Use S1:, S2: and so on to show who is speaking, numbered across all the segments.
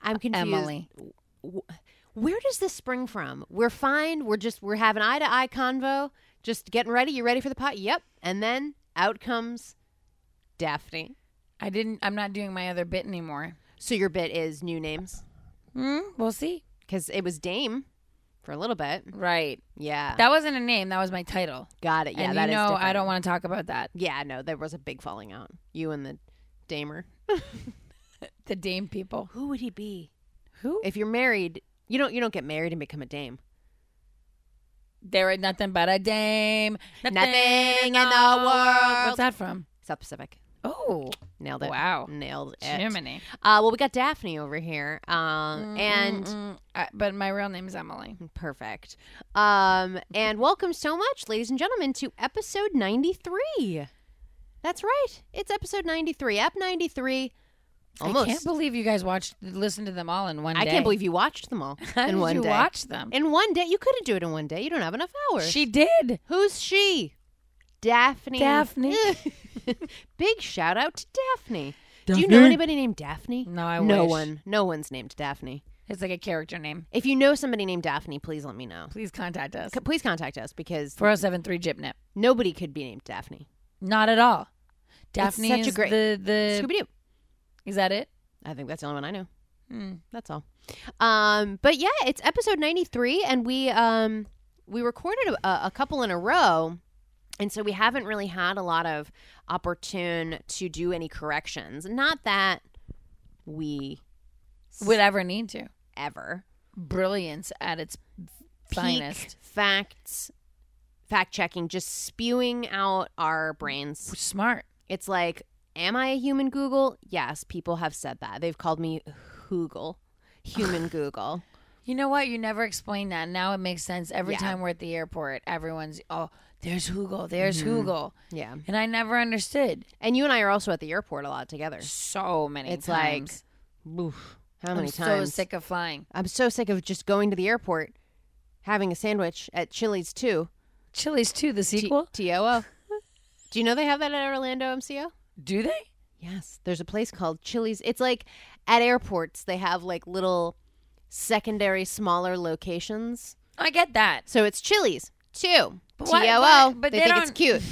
S1: I'm confused.
S2: Uh, Emily.
S1: where does this spring from? We're fine. We're just we're having eye to eye convo, just getting ready. You ready for the pot? Yep. And then out comes Daphne.
S2: I didn't. I'm not doing my other bit anymore.
S1: So your bit is new names
S2: Hmm. we'll see.
S1: because it was Dame for a little bit.
S2: Right.
S1: Yeah,
S2: That wasn't a name. That was my title.
S1: got it. Yeah,
S2: and
S1: that
S2: you
S1: is
S2: know I
S1: different.
S2: don't want to talk about that.
S1: Yeah, no, there was a big falling out. You and the Damer.
S2: The Dame people.
S1: Who would he be?
S2: Who?
S1: If you're married, you don't you don't get married and become a dame.
S2: They were nothing but a dame.
S1: Nothing in the world.
S2: What's that from?
S1: South Pacific.
S2: Oh,
S1: Nailed it.
S2: Wow.
S1: Nailed it.
S2: Jiminy.
S1: Uh, well, we got Daphne over here, um, and
S2: Mm, I, but my real name is Emily.
S1: Perfect. Um, and welcome so much, ladies and gentlemen, to episode 93. That's right. It's episode 93, app 93. Almost.
S2: I can't believe you guys watched, listened to them all in one
S1: I
S2: day.
S1: can't believe you watched them all
S2: How
S1: in
S2: did
S1: one
S2: you
S1: day.
S2: watch them.
S1: In one day. You couldn't do it in one day. You don't have enough hours.
S2: She did.
S1: Who's she? Daphne.
S2: Daphne.
S1: Big shout out to Daphne. Do you
S2: Daphne.
S1: know anybody named Daphne?
S2: No, I
S1: no
S2: wish.
S1: one. No one's named Daphne.
S2: It's like a character name.
S1: If you know somebody named Daphne, please let me know.
S2: Please contact us.
S1: C- Please contact us because
S2: 4073 Gypnip.
S1: nobody could be named Daphne.
S2: Not at all. Daphne
S1: such a
S2: is
S1: great-
S2: the the
S1: Scooby Doo.
S2: is that it?
S1: I think that's the only one I know.
S2: Hmm.
S1: That's all. Um, but yeah, it's episode ninety three, and we um we recorded a, a couple in a row, and so we haven't really had a lot of opportune to do any corrections. Not that we
S2: Would ever need to.
S1: ever
S2: Brilliance at its
S1: peak
S2: finest.
S1: facts, fact checking, just spewing out our brains.
S2: Smart.
S1: It's like, am I a human Google? Yes, people have said that. They've called me Hoogle, human Google.
S2: You know what? You never explained that. Now it makes sense. Every
S1: Yeah.
S2: time we're at the airport, everyone's oh, there's Hoogle, there's
S1: Mm-hmm.
S2: Hoogle,
S1: Yeah.
S2: and I never understood.
S1: And you and I are also at the airport a lot together.
S2: So many.
S1: It's
S2: times.
S1: like, oof, how many
S2: I'm
S1: times?
S2: so sick of flying.
S1: I'm so sick of just going to the airport, having a sandwich at Chili's too.
S2: Chili's too. The
S1: T-
S2: sequel.
S1: TOO. Do you know they have that at Orlando MCO?
S2: Do they?
S1: Yes. There's a place called Chili's. It's like at airports, they have like little secondary, smaller locations.
S2: I get that.
S1: So it's Chili's too.
S2: But
S1: TOO.
S2: why- why-
S1: but
S2: but
S1: they,
S2: they
S1: think it's
S2: don't-
S1: cute.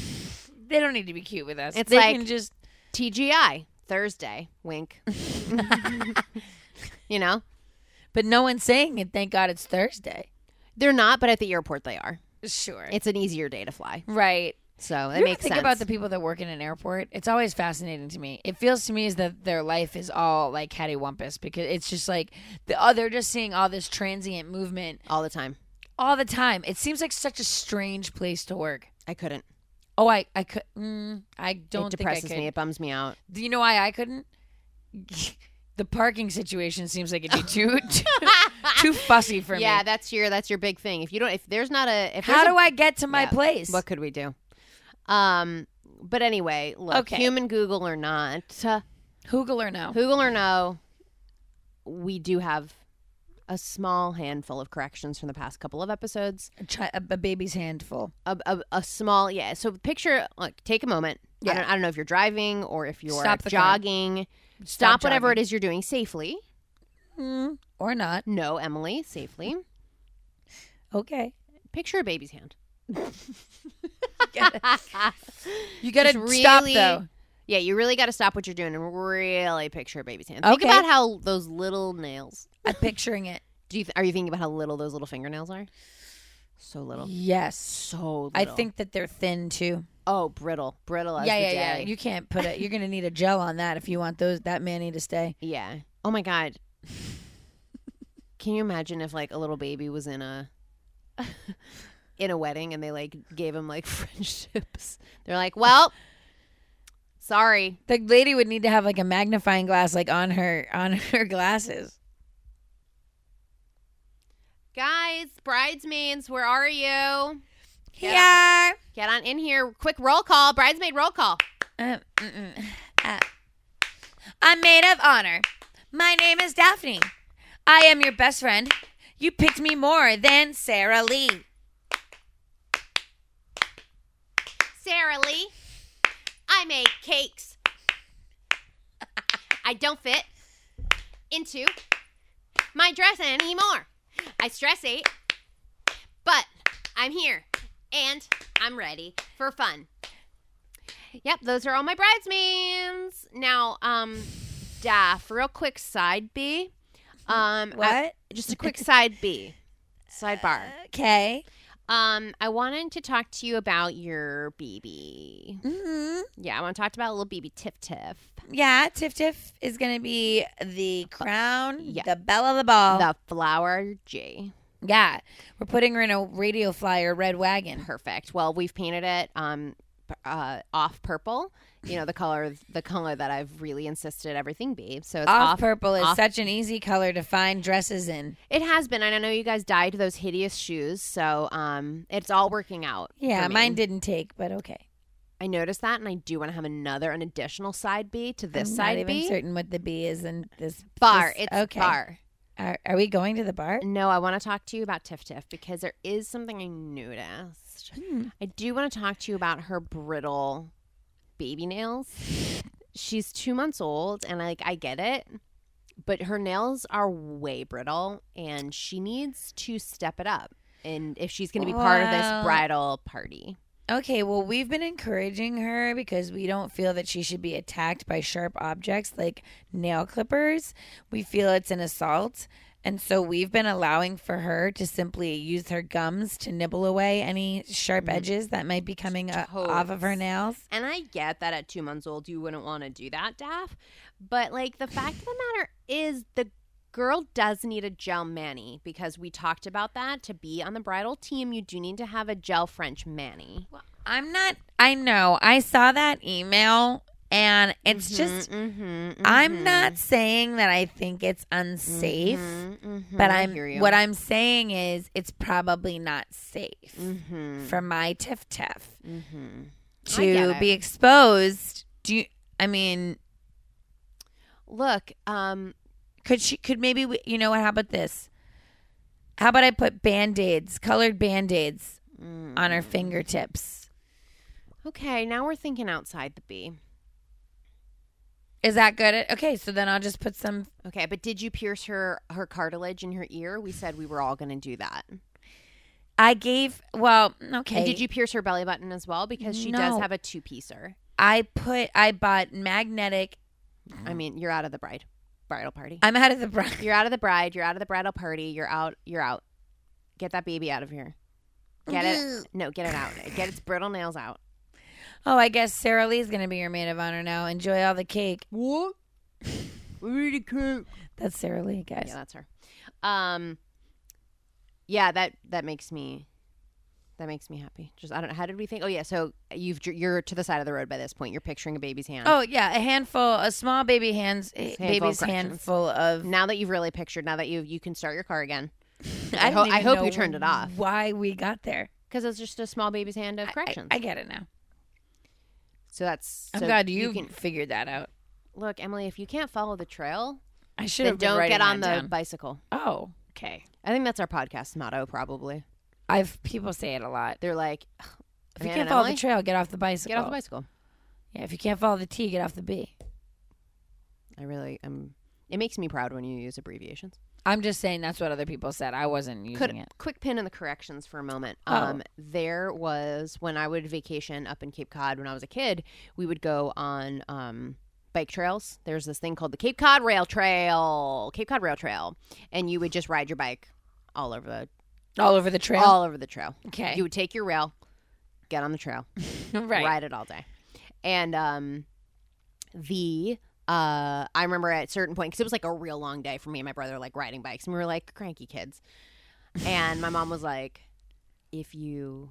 S2: They don't need to be cute with us.
S1: It's
S2: they
S1: like-
S2: can just
S1: TGI, Thursday. Wink. you know?
S2: But no one's saying it. Thank God it's Thursday.
S1: They're not, but at the airport they are.
S2: Sure.
S1: It's an easier day to fly,
S2: right.
S1: so
S2: you
S1: it
S2: ever
S1: makes
S2: think
S1: sense.
S2: about the people that work in an airport. It's always fascinating to me. It feels to me as that their life is all like cattywampus because it's just like the oh, they're just seeing all this transient movement
S1: all the time.
S2: all the time. It seems like such a strange place to work.
S1: I couldn't.
S2: Oh, I I could. Mm, I don't
S1: it
S2: think I
S1: depresses
S2: could.
S1: me. It bums me out.
S2: Do you know why I couldn't? the parking situation seems like it'd be too too, too fussy for
S1: yeah,
S2: me.
S1: that's your that's your big thing. If you don't, if there's not a, if
S2: How
S1: there's
S2: do I get to my
S1: Yeah.
S2: place?
S1: a, what could we do? Um, but anyway, look,
S2: Okay.
S1: human Google or not, uh,
S2: Hoogle or no?
S1: Google or no, we do have a small handful of corrections from the past couple of episodes.
S2: a, chi- a, a baby's handful.
S1: a, a, a small yeah so picture like take a moment
S2: Yeah.
S1: I, don't, I don't know if you're driving or if you're
S2: Stop the car.
S1: jogging stop, whatever it is you're doing safely
S2: Mm, or not.
S1: no emily safely
S2: Okay.
S1: picture a baby's hand
S2: You gotta
S1: Just
S2: stop
S1: really-
S2: though.
S1: yeah you really got to stop what you're doing and really picture a baby's hand think
S2: Okay.
S1: about how those little nails
S2: I'm picturing it.
S1: do you th- are you thinking about how little those little fingernails are so little
S2: Yes.
S1: so little
S2: I think that they're thin too.
S1: oh brittle brittle as
S2: yeah,
S1: the
S2: yeah, yeah.
S1: day.
S2: You can't put it. You're gonna need a gel on that if you want those that many to stay.
S1: Yeah. Oh my god. Can you imagine if like a little baby was in a in a wedding and they like gave him like friendships? They're like, "Well, sorry.
S2: The lady would need to have like a magnifying glass like on her on her glasses.
S1: Guys, bridesmaids, where are you?
S2: Here.
S1: Get on in here. Quick roll call. Bridesmaid roll call.
S2: Uh, mm-mm. Uh, I'm maid of honor. My name is Daphne. I am your best friend. You picked me more than Sarah Lee.
S1: Sarah Lee. I make cakes. I don't fit into my dress anymore. I stress eight, but I'm here and I'm ready for fun. Yep, those are all my bridesmaids. Now, um, Daff, real quick side B. Um,
S2: Uh,
S1: I- just a quick side B, sidebar.
S2: Okay.
S1: Um, I wanted to talk to you about your BB.
S2: Mm-hmm.
S1: Yeah, I want to talk about little BB Tiff Tiff.
S2: Yeah, Tiff Tiff is going to be the crown,
S1: Yeah.
S2: the belle of the ball.
S1: The flower G.
S2: yeah. We're putting her in a radio flyer red wagon.
S1: Perfect. Well, we've painted it um p- uh, off purple. You know the color, the color that I've really insisted everything be. So it's
S2: Off,
S1: off.
S2: purple is
S1: off-
S2: such an easy color to find dresses in.
S1: It has been, and I know you guys dyed those hideous shoes, so um, it's all working out. for
S2: Yeah,
S1: me.
S2: mine didn't take, but okay.
S1: I noticed that, and I do want to have another, an additional side B to this
S2: I'm
S1: side
S2: not even
S1: B
S2: certain what the B is in this
S1: bar.
S2: this-
S1: it's bar.
S2: Are, are we going to the bar?
S1: No, I want to talk to you about Tiff Tiff because there is something I noticed.
S2: Hmm.
S1: I do want to talk to you about her brittle baby nails. She's two months old, and like I get it, but her nails are way brittle, and she needs to step it up. And if she's going to be part of
S2: Well-
S1: this bridal party,
S2: Okay, well, we've been encouraging her because we don't feel that she should be attacked by sharp objects like nail clippers. We feel it's an assault. And so we've been allowing for her to simply use her gums to nibble away any sharp edges that might be coming o- off of her
S1: Totes.
S2: nails.
S1: and I get that at two months old you wouldn't want to do that, Daff, but like the fact of the matter is the girl does need a gel mani because we talked about that to be on the bridal team you do need to have a gel french mani
S2: I'm not, I know, I saw that email and it's
S1: Mm-hmm,
S2: just, I'm not saying that I think it's
S1: Mm-hmm,
S2: unsafe. But I'm what I'm saying is it's probably not safe
S1: Mm-hmm.
S2: for my tiff tiff
S1: Mm-hmm.
S2: to
S1: it.
S2: be exposed. Do you, I mean
S1: Look, um,
S2: could she could maybe we, you know what? How about this? How about I put band aids, colored band aids on
S1: Mm.
S2: her fingertips?
S1: uh, okay, now we're thinking outside the bee.
S2: Is that good? Okay, so then I'll just put some.
S1: Okay, but did you pierce her her cartilage in her ear? We said we were all going to do that.
S2: I gave well, okay.
S1: And did you pierce her belly button as well? Because she does
S2: No.
S1: have a two piecer.
S2: I put I bought magnetic.
S1: I mean, you're out of the bride bridal party.
S2: I'm out of the bride.
S1: You're out of the bride. You're out of the bridal party. You're out. You're out. Get that baby out of here. Get it?
S2: Mm-hmm.
S1: No, get it out. Get its brittle nails out.
S2: Oh, I guess Sarah Lee's gonna be your maid of honor now. Enjoy all the cake.
S1: What? Really cute.
S2: That's Sarah Lee, guys.
S1: Yeah, that's her. Um, yeah that that makes me that makes me happy. Just I don't know. How did we think? Oh yeah, so you've dr- you're to the side of the road by this point. You're picturing a baby's hand.
S2: Oh yeah, a handful, a small baby hands, a
S1: Handful of
S2: baby's
S1: corrections.
S2: handful of.
S1: Now that you've really pictured, now that you you can start your car again, I ho-
S2: didn't
S1: I
S2: even
S1: hope
S2: know
S1: you turned it off.
S2: Why we got there?
S1: because it's just a small baby's hand of
S2: I- I-
S1: corrections.
S2: I, get it now.
S1: so that's.
S2: I'm
S1: so
S2: glad you,
S1: can
S2: figured that out.
S1: look, Emily. If you can't follow the trail,
S2: I should
S1: then
S2: have been
S1: don't
S2: writing
S1: get on the
S2: that down.
S1: bicycle.
S2: Oh, okay.
S1: I think that's our podcast motto. Probably
S2: I've people say it a lot.
S1: they're like,
S2: If you
S1: "Man
S2: can't
S1: and
S2: follow
S1: Emily,
S2: the trail, get off the bicycle.
S1: get off the bicycle.
S2: Yeah, if you can't follow the T, get off the B.
S1: I really am. It makes me proud when you use abbreviations.
S2: I'm just saying that's what other people said. I wasn't using
S1: Could
S2: it.
S1: quick pin in the corrections for a moment.
S2: Oh.
S1: Um, there was when I would vacation up in Cape Cod when I was a kid, we would go on um bike trails. There's this thing called the Cape Cod Rail Trail, Cape Cod Rail Trail, and you would just ride your bike all over the
S2: All over the trail.
S1: all over the trail.
S2: okay.
S1: You would take your rail, get on the trail,
S2: right.
S1: ride it all day. And um, the uh, I remember at a certain point because it was like a real long day for me and my brother, like riding bikes, and we were like cranky kids. And my mom was like, "If you,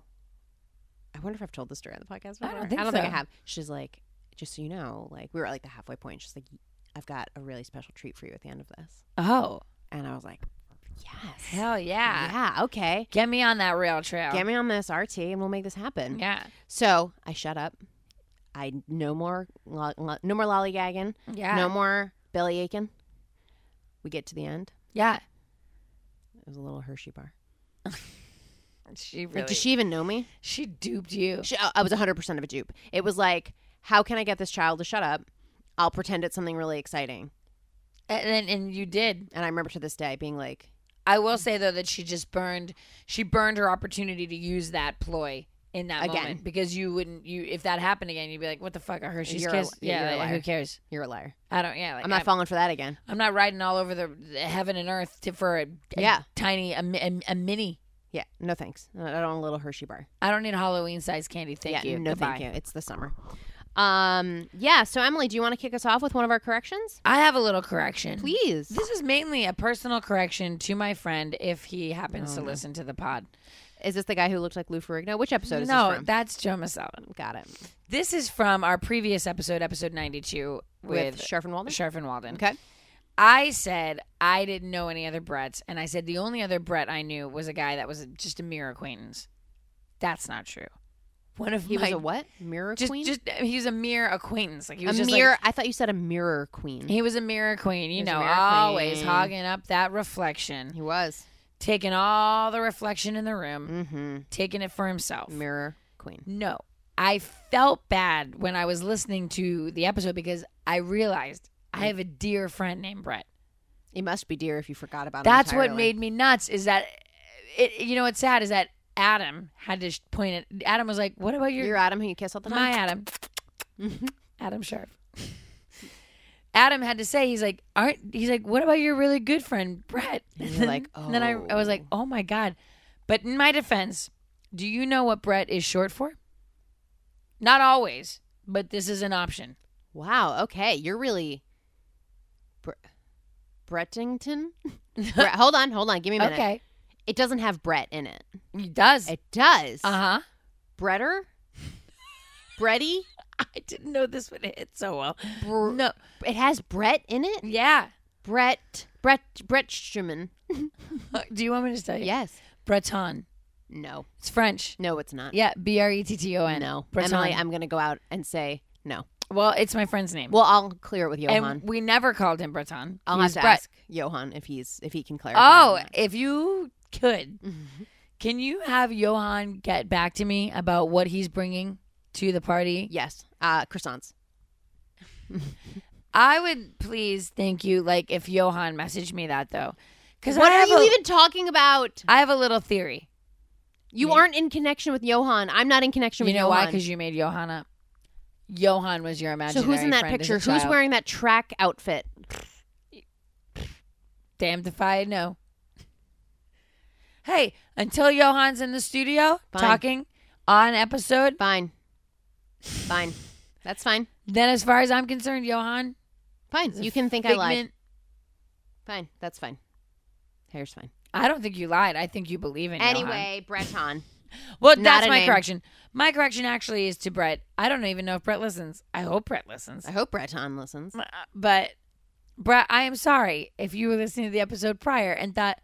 S1: I wonder if I've told this story on the podcast.
S2: I don't
S1: Before.
S2: think
S1: I don't think I
S2: so.
S1: have." She's like, "Just so you know, like we were at like the halfway point. She's like, I've got a really special treat for you at the end of this."
S2: Oh.
S1: And I was like, Yes.
S2: Hell yeah.
S1: Yeah. Okay.
S2: Get me on that rail trail.
S1: Mm-hmm. Get me on this RT and we'll make this happen.
S2: yeah.
S1: So I shut up. I no more lo- lo- no more lollygagging.
S2: Yeah.
S1: No more belly aching. We get to the end.
S2: Yeah.
S1: It was a little Hershey bar.
S2: She really.
S1: Like, does she even know me?
S2: she duped you.
S1: She, uh, I was 100% of a dupe. It was like, how can I get this child to shut up? I'll pretend it's something really exciting.
S2: And, and and you did.
S1: And I remember to this day being like,
S2: I will say though that she just burned. She burned her opportunity to use that ploy in that
S1: Again.
S2: moment because you wouldn't. You if that happened again, you'd be like, "What the fuck? A Hershey's
S1: You're a-
S2: kiss?
S1: yeah,
S2: yeah.
S1: you're a
S2: like,
S1: liar.
S2: who cares?
S1: you're a liar.
S2: I don't. Yeah. Like,
S1: I'm not falling for that again.
S2: I'm not riding all over the, the heaven and earth to, for a, a
S1: Yeah.
S2: tiny a, mi- a, a mini.
S1: Yeah, no thanks. I don't want a little Hershey bar.
S2: I don't need Halloween sized candy. Thank
S1: yeah,
S2: you.
S1: no
S2: Goodbye.
S1: thank you. It's the summer. Um, yeah, so Emily, do you want to kick us off with one of our corrections?
S2: I have a little correction.
S1: Please.
S2: This is mainly a personal correction to my friend if he happens
S1: Oh,
S2: to listen to the pod.
S1: Is this the guy who looked like Lou Ferrigno? Which episode is
S2: no,
S1: this from?
S2: that's Joe Masellan.
S1: Got it.
S2: This is from our previous episode, episode 92,
S1: With,
S2: with,
S1: Sharp and Walden?
S2: Sharp and Walden.
S1: Mm-hmm. Okay.
S2: I said I didn't know any other Bretts, and I said the only other Brett I knew was a guy that was just a mere acquaintance. That's not true. One of
S1: He
S2: my
S1: was a what? Mirror
S2: just
S1: queen?
S2: just he was a mere acquaintance. Like he was
S1: a
S2: just like-
S1: mirror. I thought you said a mirror queen.
S2: he was a mirror queen, you
S1: was a
S2: know,
S1: mirror
S2: always
S1: queen.
S2: hogging up that reflection,
S1: He was.
S2: taking all the reflection in the room,
S1: Mm-hmm.
S2: taking it for himself.
S1: Mirror queen.
S2: No. I felt bad when I was listening to the episode because I realized
S1: Mm.
S2: I have a dear friend named Brett.
S1: It must be dear if you forgot about
S2: That's
S1: him entirely.
S2: what made me nuts is that it you know what's sad is that Adam had to sh- point it Adam was like, "What about your
S1: You're Adam who you kiss all the
S2: my
S1: time. Mm-hmm.
S2: Adam?" Adam Sharp. Adam had to say he's like, "Aren't he's like, what about your really good friend Brett?"
S1: And you're like,
S2: and then I, I was like, "Oh my god." But in my defense, do you know what Brett is short for? Not always, but this is an option.
S1: wow. Okay. You're really. Bre- Brettington? Bre- hold on. Hold on. Give me a minute.
S2: Okay.
S1: It doesn't have Brett in it.
S2: He does.
S1: It does.
S2: Uh-huh.
S1: Bretter? Bretty?
S2: I didn't know this would hit so well.
S1: Br-
S2: No.
S1: It has Brett in it?
S2: Yeah.
S1: Brett. Brett. Brett Schumann.
S2: Do you want me to tell you?
S1: Yes.
S2: Breton.
S1: No.
S2: It's French.
S1: No, it's not.
S2: Yeah, B R E T T O N.
S1: No.
S2: Breton.
S1: Emily, I'm going to go out and say no.
S2: well, it's my friend's name.
S1: Well, I'll clear it with Johan.
S2: and we never called him Breton.
S1: I'll
S2: He
S1: have
S2: was
S1: to
S2: Brett.
S1: ask Johan if he's if he can clarify.
S2: Oh,
S1: on that.
S2: if you could, can you have Johan get back to me about what he's bringing to the party?
S1: yes, uh, croissants.
S2: I would please thank you. Like if Johan messaged me that though, because
S1: What
S2: I
S1: are
S2: have
S1: you
S2: a-
S1: even talking about?
S2: I have a little theory.
S1: You aren't in connection with Johan. I'm not in connection
S2: You
S1: with
S2: know why?
S1: Johan.
S2: Because you made Johan up. Johan was your
S1: so
S2: imaginary.
S1: who's in that
S2: friend as a
S1: picture? Who's
S2: child.
S1: wearing that track outfit?
S2: Damned if I know. Hey, until Johan's in the studio
S1: Fine.
S2: talking on episode,
S1: Fine, fine, that's fine,
S2: then as far as I'm concerned, Johan,
S1: fine.
S2: is a
S1: You can think I lied.
S2: figment-
S1: Fine, that's fine. Hair's fine.
S2: I don't think you lied. I think you believe in Johan.
S1: Anyway, Breton.
S2: Well,
S1: not
S2: that's
S1: a
S2: my
S1: name.
S2: correction. My correction actually is to Brett. I don't even know if Brett listens. I hope Brett listens.
S1: I hope Breton listens.
S2: But Brett, I am sorry if you were listening to the episode prior and thought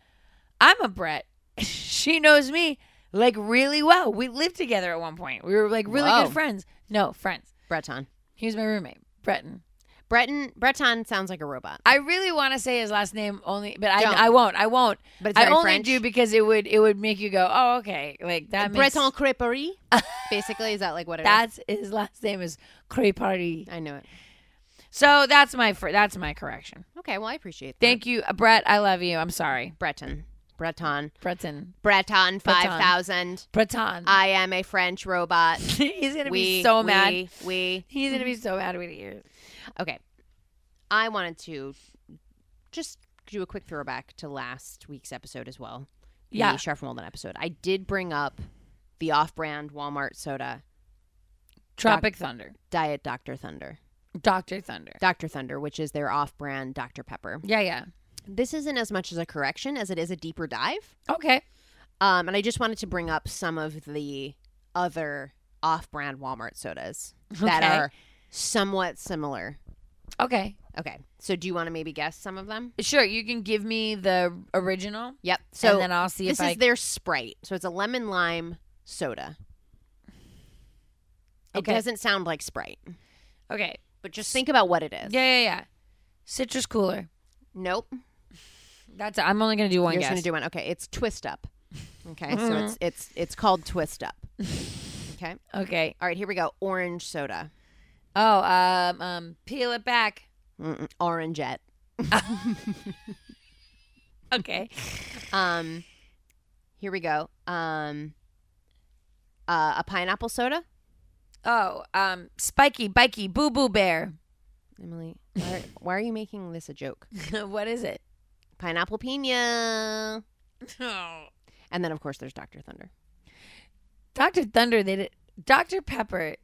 S2: I'm a Brett. she knows me like really well. We lived together at one point. We were like really
S1: Whoa.
S2: good friends. No, friends.
S1: Breton.
S2: He was my roommate, Breton.
S1: Breton. Breton sounds like a robot,
S2: I really want to say his last name only, but I
S1: Don't.
S2: I won't. I won't.
S1: but it's
S2: I
S1: very
S2: only
S1: French.
S2: do because it would it would make you go, oh okay, like that. Makes,
S1: Breton creperie. Basically, is that like what it is?
S2: That's his last name is Creparty.
S1: I know it.
S2: So that's my fir- that's my correction.
S1: Okay, well, I appreciate that.
S2: Thank you, Brett. I love you. I'm sorry,
S1: Breton. Breton.
S2: Breton.
S1: Breton 5000.
S2: Breton.
S1: I am a French robot.
S2: He's gonna
S1: we,
S2: be so
S1: we,
S2: mad.
S1: We.
S2: He's gonna be so mad when he hears.
S1: Okay. I wanted to just do a quick throwback to last week's episode as well.
S2: Yeah.
S1: The Sharp and Walden episode. I did bring up the off brand Walmart soda,
S2: Tropic Thunder,
S1: Diet Dr. Thunder.
S2: Doctor Thunder.
S1: Dr. Thunder, which is their off brand Dr. Pepper.
S2: Yeah, yeah.
S1: This isn't as much as a correction as it is a deeper dive.
S2: Okay.
S1: Um, and I just wanted to bring up some of the other off brand Walmart sodas that
S2: Okay.
S1: are somewhat similar
S2: Okay.
S1: Okay. So do you want to maybe guess some of them?
S2: Sure, you can give me the original,
S1: Yep.
S2: so
S1: So
S2: and then I'll see
S1: this
S2: if I.
S1: is their Sprite. So it's a lemon lime soda.
S2: Okay.
S1: It doesn't sound like Sprite,
S2: okay.
S1: but just think about what it is.
S2: Yeah, yeah, yeah. Citrus cooler.
S1: Nope.
S2: That's. I'm only gonna do one
S1: You're just
S2: guess.
S1: gonna do one. Okay. It's Twist Up. Okay. So
S2: Mm-hmm.
S1: it's it's it's called Twist Up. Okay.
S2: okay.
S1: All right. Here we go. Orange soda.
S2: Oh, um, um, peel it back.
S1: Mm-mm, orangeette.
S2: Okay.
S1: Um. Here we go. Um. Uh, a pineapple soda.
S2: Oh, um, spiky, bikey, boo boo bear.
S1: Emily, why are, why are you making this a joke?
S2: what is it?
S1: Pineapple pina.
S2: Oh.
S1: And then, of course, there's Dr. Thunder.
S2: Dr. Thunder, they did, Dr. Pepper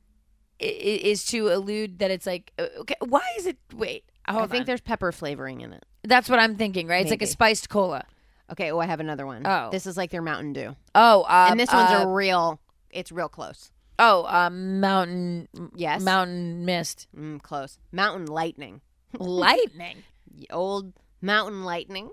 S2: i- i- is to allude that it's like, uh, okay, why is it? Wait, hold
S1: I think
S2: on.
S1: there's pepper flavoring in it.
S2: That's what I'm thinking, right? It's like a
S1: Maybe.
S2: spiced cola.
S1: Okay, oh, I have another one.
S2: Oh.
S1: This is like their Mountain Dew.
S2: Oh, um,
S1: and this one's
S2: uh,
S1: a real, it's real close.
S2: oh, um, mountain,
S1: Yes.
S2: mountain mist,
S1: Mm, close. Mountain Lightning.
S2: lightning,
S1: Ye old Mountain Lightning.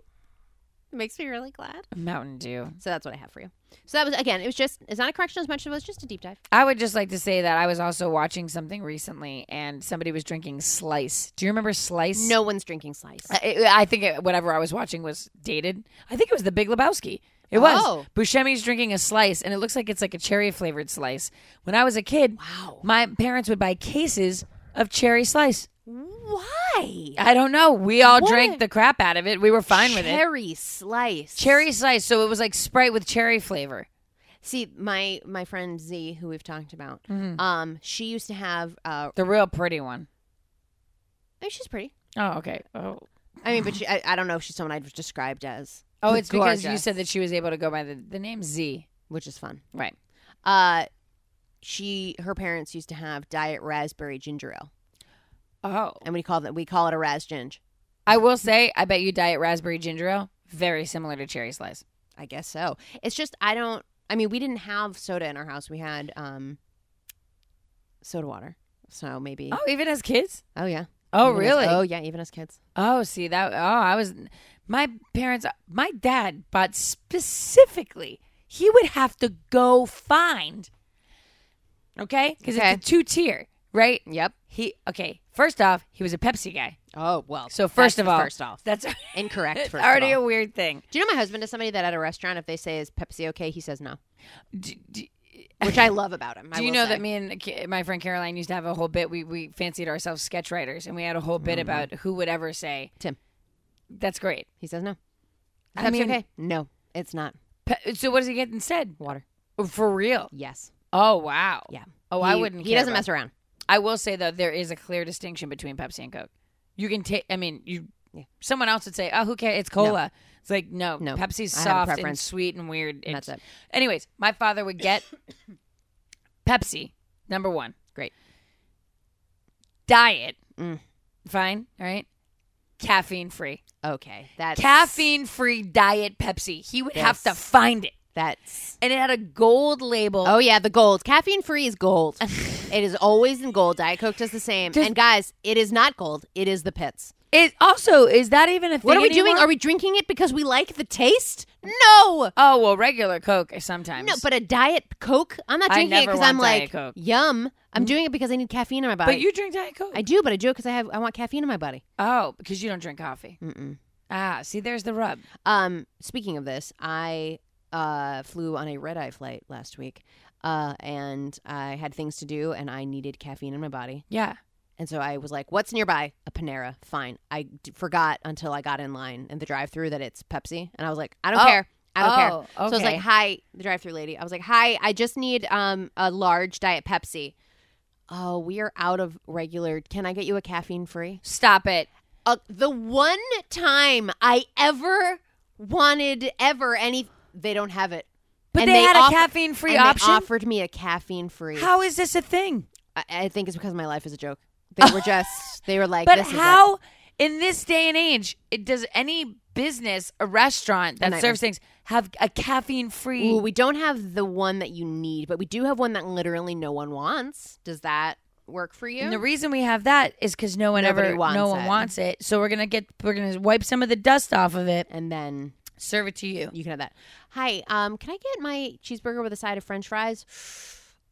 S1: It makes me really glad.
S2: Mountain Dew.
S1: So that's what I have for you. So that was, again, it was just, it's not a correction as much as it was just a deep dive.
S2: I would just like to say that I was also watching something recently, and somebody was drinking Slice. Do you remember Slice?
S1: No one's drinking slice.
S2: I, I think it, whatever I was watching was dated. I think it was The Big Lebowski. It was.
S1: Oh.
S2: Buscemi's drinking a slice, and it looks like it's like a cherry flavored slice. When I was a kid,
S1: Wow.
S2: my parents would buy cases of cherry slice.
S1: Why?
S2: I don't know. We all
S1: What
S2: drank
S1: a-
S2: the crap out of it. We were fine with it.
S1: Cherry slice.
S2: Cherry slice. So it was like Sprite with cherry flavor.
S1: See, my my friend Z, who we've talked about, um, she used to have. Uh,
S2: The real pretty one.
S1: oh, she's pretty.
S2: Oh, okay. Oh,
S1: I mean, but she, I, I don't know if she's someone I'd described as.
S2: oh it's because you
S1: gorgeous,
S2: said that she was able to go by the, the name Z.
S1: which is fun.
S2: Right.
S1: Uh, she her parents used to have diet raspberry ginger ale,
S2: Oh.
S1: and we call that we call it a ras ginger.
S2: I will say, I bet you Diet Raspberry Ginger Ale, very similar to cherry slice.
S1: I guess so. It's just I don't. I mean, we didn't have soda in our house. We had um, soda water. So maybe.
S2: Oh, even as kids?
S1: Oh yeah.
S2: Oh,
S1: Even as-
S2: really?
S1: oh
S2: oh.
S1: yeah. Even as kids.
S2: see that. Oh, I was. My parents, my dad bought specifically. He would have to go find. Okay, because
S1: Okay.
S2: it's a two tier, right?
S1: Yep.
S2: He okay. First off, he was a Pepsi guy.
S1: Oh well.
S2: So first
S1: that's
S2: of
S1: the
S2: all,
S1: first off,
S2: that's
S1: Incorrect.
S2: it's
S1: First of
S2: already
S1: all.
S2: a weird thing.
S1: Do you know my husband is somebody that at a restaurant, if they say is Pepsi okay, he says no,
S2: Do, do,
S1: which I love about him. I
S2: do you
S1: will
S2: know
S1: say.
S2: that me and Ca- my friend Caroline used to have a whole bit? We we fancied ourselves sketch writers, and we had a whole bit about who would ever say
S1: Mm-hmm. Tim.
S2: That's great.
S1: He says no.
S2: I
S1: Pepsi
S2: mean-
S1: okay? No, it's not
S2: Pe- so what does he get instead? Oh,
S1: water.
S2: For real?
S1: Yes.
S2: Oh wow.
S1: Yeah.
S2: Oh, I
S1: He-
S2: wouldn't.
S1: He
S2: care
S1: doesn't
S2: about-
S1: mess around.
S2: I will say though, there is a clear distinction between Pepsi and Coke. You can take. I mean, you.
S1: Yeah.
S2: Someone else would say, "Oh, who cares? It's cola." It's like no,
S1: No.
S2: Pepsi's
S1: I have a
S2: soft and
S1: preference.
S2: sweet and weird.
S1: That's
S2: It's-
S1: it.
S2: Anyways, my father would get Pepsi number one.
S1: Great.
S2: Diet.
S1: Mm.
S2: Fine. All right. Caffeine free.
S1: Okay. That's
S2: Caffeine free diet Pepsi. He would have to
S1: Yes.
S2: find it,
S1: That's.
S2: and it had a gold label.
S1: Oh yeah, the gold. Caffeine free is gold. it is always in gold. Diet Coke does the same.
S2: Does-
S1: and guys, it is not gold. It is the pits.
S2: It also is that even a thing?
S1: What are we doing?
S2: anymore?
S1: Are we drinking it because we like the taste? No.
S2: Oh well, regular Coke sometimes.
S1: No, but a diet Coke. I'm not
S2: I
S1: drinking it
S2: never
S1: because I'm
S2: want Diet
S1: like,
S2: Coke. Mm.
S1: yum. I'm doing it because I need caffeine in my body.
S2: But you drink Diet Coke.
S1: I do, but I do it because I have I want caffeine in my body.
S2: oh, because you don't drink coffee.
S1: Mm-mm.
S2: Ah, see, there's the rub.
S1: Um, speaking of this, I uh, flew on a red eye flight last week, uh, and I had things to do, and I needed caffeine in my body,
S2: Yeah.
S1: and so I was like, "What's nearby? A Panera. Fine." I d- forgot until I got in line in the drive-through that it's Pepsi, and I was like, "I don't
S2: Oh.
S1: care." I don't care.
S2: Oh,
S1: So I was
S2: okay.
S1: like, "Hi, the drive-through lady." I was like, "Hi, I just need um a large diet Pepsi." Oh, we are out of regular. Can I get you a caffeine free?
S2: Stop it.
S1: Uh, the one time I ever wanted ever any, they don't have it.
S2: But
S1: And
S2: they, had
S1: off-
S2: a caffeine free
S1: and they
S2: option.
S1: offered me a caffeine free.
S2: how is this a thing?
S1: I, I think it's because my life is a joke. They were just, they were like,
S2: But
S1: this is it.
S2: how, in this day and age, it does any business, a restaurant that
S1: nightmare.
S2: serves things, have a caffeine free?
S1: Ooh, we don't have the one that you need, but we do have one that literally no one wants. Does that work for you.
S2: And the reason we have that is because no one
S1: Nobody
S2: ever,
S1: wants
S2: no one
S1: it.
S2: wants it. So we're gonna get, we're gonna wipe some of the dust off of it,
S1: and then
S2: serve it to you.
S1: you can have that. Hi, um, can I get my cheeseburger with a side of French fries?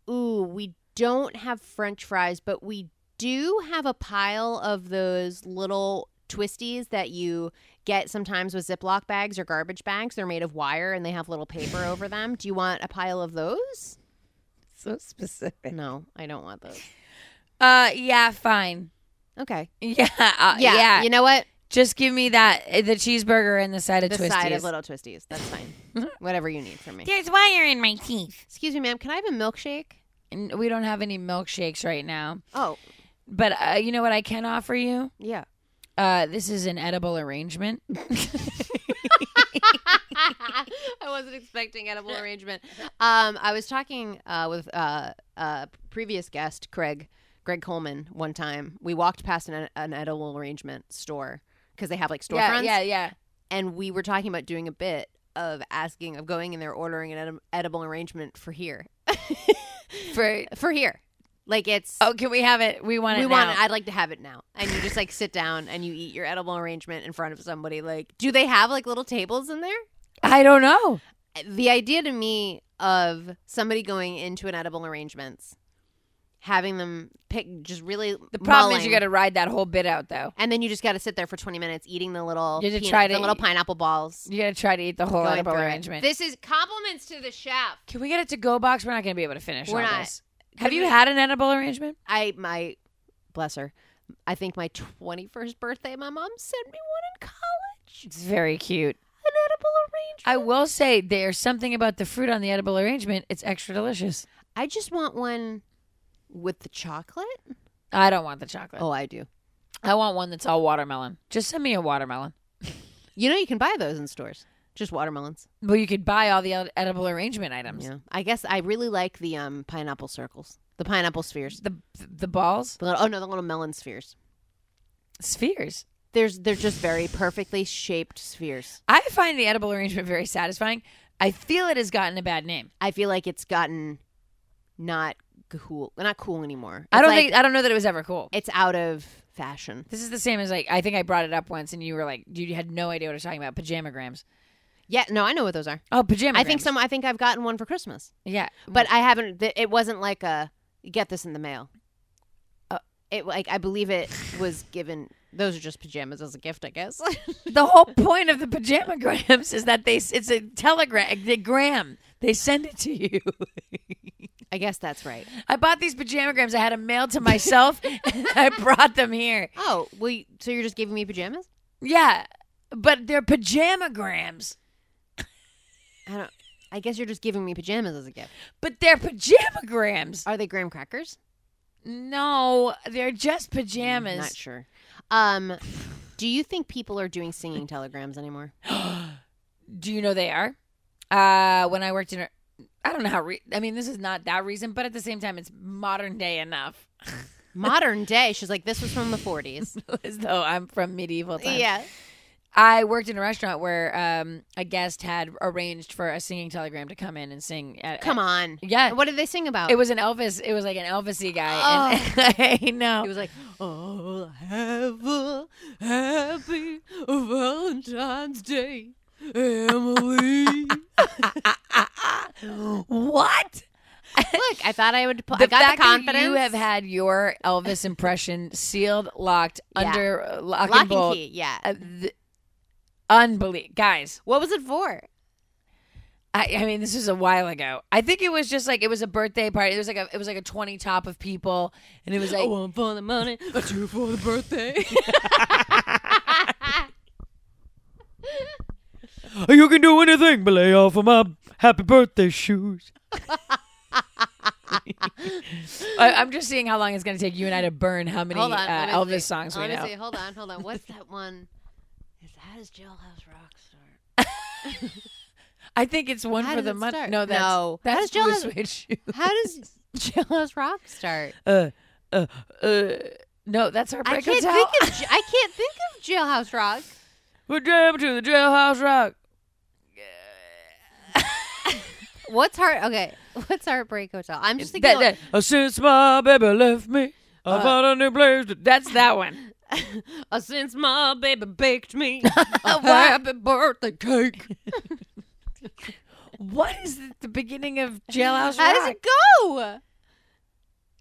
S1: Ooh, we don't have French fries, but we do have a pile of those little twisties that you get sometimes with Ziploc bags or garbage bags. They're made of wire and they have little paper over them. Do you want a pile of those?
S2: So specific.
S1: No, I don't want those.
S2: Uh, yeah, fine.
S1: Okay.
S2: Yeah, uh,
S1: yeah.
S2: yeah,
S1: You know what?
S2: Just give me that uh, the cheeseburger and the side of
S1: The
S2: twisties.
S1: side of little twisties. That's fine. Whatever you need from me.
S2: There's wire in my teeth.
S1: Excuse me, ma'am. Can I have a milkshake?
S2: And we don't have any milkshakes right now,
S1: Oh,
S2: but uh, you know what I can offer you?
S1: yeah.
S2: Uh, this is an edible arrangement.
S1: I wasn't expecting edible arrangement. Um, I was talking uh, with uh, a previous guest, Craig Greg Coleman, one time. We walked past an, an edible arrangement store because they have like
S2: yeah,
S1: storefronts,
S2: yeah, yeah.
S1: and we were talking about doing a bit of asking of going in there ordering an edi- edible arrangement for here,
S2: For
S1: for here. Like it's
S2: oh, can we have it? We want it.
S1: we
S2: now.
S1: want. I'd like to have it now. And you just like sit down and you eat your edible arrangement in front of somebody. Like, do they have like little tables in there?
S2: I don't know.
S1: the idea to me of somebody going into an edible arrangements, having them pick just really
S2: The problem is
S1: mulling,
S2: you got to ride that whole bit out though.
S1: and then you just got to sit there for twenty minutes eating the little
S2: You just
S1: peanut-
S2: try to
S1: the little
S2: eat-
S1: pineapple balls.
S2: You got to try to eat the whole
S1: going
S2: edible
S1: through it.
S2: arrangement.
S1: This is compliments to the chef.
S2: Can we get a to-go box? We're not going to be able to finish.
S1: We're
S2: all
S1: not.
S2: this. Have
S1: Could
S2: you
S1: we-
S2: had an edible arrangement?
S1: I my bless her. I think my twenty first birthday, my mom sent me one in college.
S2: It's very cute.
S1: An edible arrangement.
S2: I will say there's something about the fruit on the edible arrangement. It's extra delicious.
S1: I just want one with the chocolate.
S2: I don't want the chocolate.
S1: Oh, I do.
S2: I want one that's all watermelon. Just send me a watermelon.
S1: You know you can buy those in stores. Just watermelons.
S2: Well, you could buy all the ed- edible arrangement items.
S1: Yeah, I guess I really like the um pineapple circles, the pineapple spheres.
S2: The the balls,
S1: The little, oh no, the little melon spheres.
S2: spheres.
S1: There's they're just very perfectly shaped spheres.
S2: I find the edible arrangement very satisfying. I feel it has gotten a bad name.
S1: I feel like it's gotten not cool, not cool anymore.
S2: I
S1: It's
S2: don't
S1: like-
S2: think I don't know that it was ever cool.
S1: it's out of fashion.
S2: This is the same as like I think I brought it up once and you were like you had no idea what I was talking about. Pajamagrams.
S1: Yeah, no, I know what those are.
S2: Oh, pajamagrams.
S1: I think some. I think I've gotten one for Christmas,
S2: Yeah,
S1: but I haven't. th- It wasn't like a get this in the mail. Uh, It like I believe it was given. Those are just pajamas as a gift, I guess.
S2: the whole point of the pajamagrams is that they it's a telegram, the gram. They send it to you.
S1: I guess that's right.
S2: I bought these pajamagrams. I had them mailed to myself, and I brought them here.
S1: Oh, well, you- so you're just giving me pajamas?
S2: Yeah, but they're pajamagrams.
S1: I don't. I guess you're just giving me pajamas as a gift.
S2: But they're pajamagrams.
S1: Are they graham crackers?
S2: No, they're just pajamas.
S1: Not sure. Um, do you think people are doing singing telegrams anymore?
S2: Do you know they are? Uh, when I worked in, I don't know how. Re- I mean, this is not that reason, but at the same time, it's modern day enough,
S1: Modern day. She's like, this was from the 40s.
S2: as though I'm from medieval times.
S1: yeah.
S2: I worked in a restaurant where um, a guest had arranged for a singing telegram to come in and sing. At,
S1: Come on.
S2: yeah.
S1: What did they sing about?
S2: It was an Elvis. It was like an Elvisy guy. And, I know.
S1: It was like, oh, have a happy Valentine's Day, Emily.
S2: what?
S1: Look, I thought I would. Pu-
S2: The
S1: I got
S2: fact
S1: the confidence.
S2: that you have had your Elvis impression sealed, locked
S1: Yeah.
S2: under uh, lock,
S1: lock
S2: and bolt.
S1: and key. Yeah.
S2: Uh, th- unbelievable, guys.
S1: What was it for?
S2: I, I mean, this was a while ago. I think it was just like it was a birthday party. It was like a it was like a twenty top of people, and it was like
S1: one for the money, a two for the birthday.
S3: You can do anything but lay off of my happy birthday shoes.
S2: I, I'm just seeing how long it's going to take you and I to burn how many
S1: Hold on,
S2: uh,
S1: let me
S2: Elvis
S1: see.
S2: songs we
S1: Let me
S2: know.
S1: see. Hold on, hold on. What's that one? Is how does Jailhouse Rock start?
S2: I think it's one
S1: How
S2: for
S1: does
S2: the
S1: it
S2: month.
S1: start?
S2: No, that's
S1: No. How
S2: that's
S1: does Jill
S2: Blue
S1: have-
S2: Suede Shoes.
S1: How does Jailhouse Rock start?
S3: Uh, uh,
S2: Uh, no, that's Heartbreak
S1: I can't
S2: Hotel.
S1: think of. J- I can't think of Jailhouse Rock.
S3: we're jamming to the jailhouse rock.
S1: What's heart? Okay, what's Heartbreak Hotel? I'm just thinking.
S2: That-
S1: like,
S2: that- oh,
S3: Uh, Since my baby left me, I found a new place to
S2: That's that one.
S1: Uh, since my baby baked me a happy birthday cake.
S2: What is it, the beginning of Jailhouse
S1: How does
S2: Rock?
S1: it go?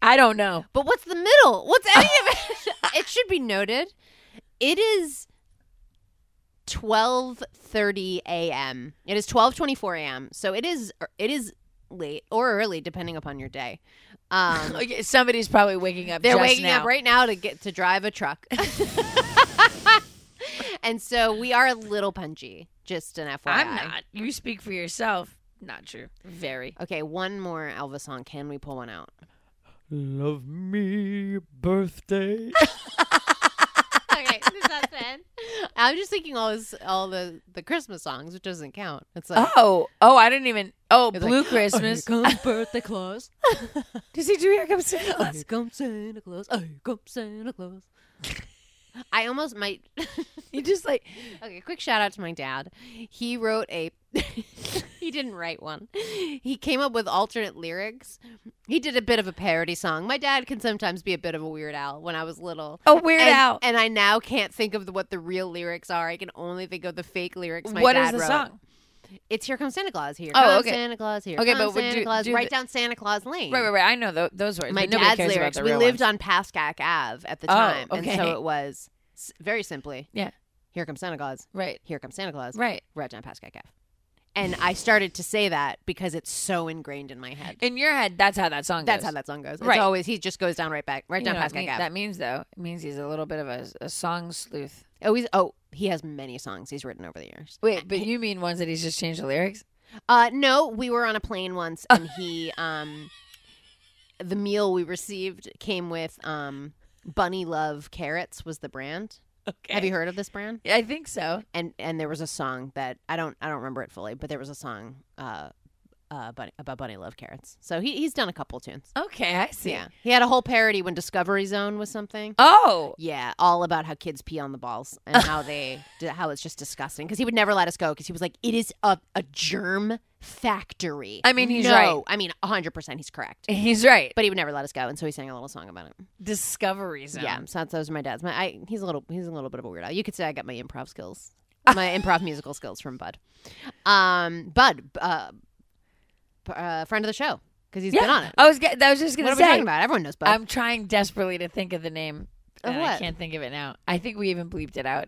S2: I don't know.
S1: But what's the middle? What's any of it? it should be noted. It is 12:30 a.m. It is 12:24 a.m. So it is it is late or early depending upon your day. Um
S2: Okay, Oh, somebody's probably waking up.
S1: they're
S2: just
S1: waking
S2: now.
S1: up right now to get to drive a truck. and so we are a little punchy, just an FYI.
S2: I'm not. You speak for yourself. Not true. Very.
S1: Okay, one more Elvis song. Can we pull one out?
S3: love me birthday.
S1: okay, is that then? I'm just thinking all this, all the the Christmas songs, which doesn't count. It's like
S2: Oh, oh, I didn't even. Oh,
S1: It's
S2: Blue
S1: like,
S2: Christmas.
S1: Here comes birthday Claus.
S2: Does he do Here Comes Santa
S1: Here comes Santa Claus. Here comes Santa Claus. I almost might.
S2: You just like
S1: okay, quick shout out to my dad. He wrote a. he didn't write one. He came up with alternate lyrics. He did a bit of a parody song. My dad can sometimes be a bit of a weird owl when I was little.
S2: a Oh, weird
S1: and,
S2: out.
S1: And I now can't think of the, what the real lyrics are. I can only think of the fake lyrics. My
S2: What is
S1: dad
S2: the
S1: wrote.
S2: song?
S1: It's here comes Santa Claus. Here
S2: Oh,
S1: comes
S2: okay.
S1: Santa Claus. Here
S2: Okay,
S1: comes
S2: but we
S1: Santa
S2: do-
S1: Claus.
S2: do
S1: Write
S2: the-
S1: down Santa Claus Lane.
S2: Right, right, right. I know tho- those words.
S1: My
S2: but nobody
S1: dad's
S2: cares
S1: lyrics.
S2: About the
S1: We
S2: real
S1: lived
S2: ones.
S1: on Pascack Ave at the
S2: Oh,
S1: time, and
S2: okay.
S1: so it was s- very simply.
S2: Yeah.
S1: Here comes Santa Claus.
S2: Right,
S1: Here comes Santa Claus.
S2: right.
S1: Right down Pascack Ave. And I started to say that because it's so ingrained in my head.
S2: In your head, that's how that song.
S1: That's
S2: goes.
S1: how that song goes. It's
S2: Right.
S1: always he just goes down right back, right
S2: You
S1: down
S2: know what
S1: Pascack
S2: mean-
S1: Ave.
S2: That means though. It means he's a little bit of a, a song sleuth.
S1: Oh, he's, oh, he has many songs he's written over the years.
S2: Wait, but you mean ones that he's just changed the lyrics?
S1: Uh, no, we were on a plane once, and he, um, the meal we received came with um, Bunny Love carrots was the brand.
S2: Okay.
S1: Have you heard of this brand?
S2: I think so.
S1: And and there was a song that I don't I don't remember it fully, but there was a song uh, uh, bunny, about Bunny Love carrots. So he he's done a couple tunes.
S2: Okay, I see.
S1: Yeah, he had a whole parody when Discovery Zone was something.
S2: Oh,
S1: Yeah, all about how kids pee on the balls and how they how it's just disgusting. Because he would never let us go because he was like, it is a, a germ factory.
S2: I mean, he's
S1: no,
S2: right.
S1: I mean, hundred percent, he's correct.
S2: he's right.
S1: But he would never let us go, and so he sang a little song about it.
S2: Discovery Zone.
S1: Yeah, so that's- those are my dad's. My I, he's a little he's a little bit of a weirdo. You could say I got my improv skills, my improv musical skills from Bud. Um, Bud, uh, p- uh friend of the show because he's
S2: Yeah.
S1: been on it.
S2: I was. ge- I was just gonna
S1: What are we
S2: say.
S1: talking about? Everyone knows Bud.
S2: I'm trying desperately to think of the name.
S1: Of
S2: and I
S1: what?
S2: can't think of it now. I think we even bleeped it out.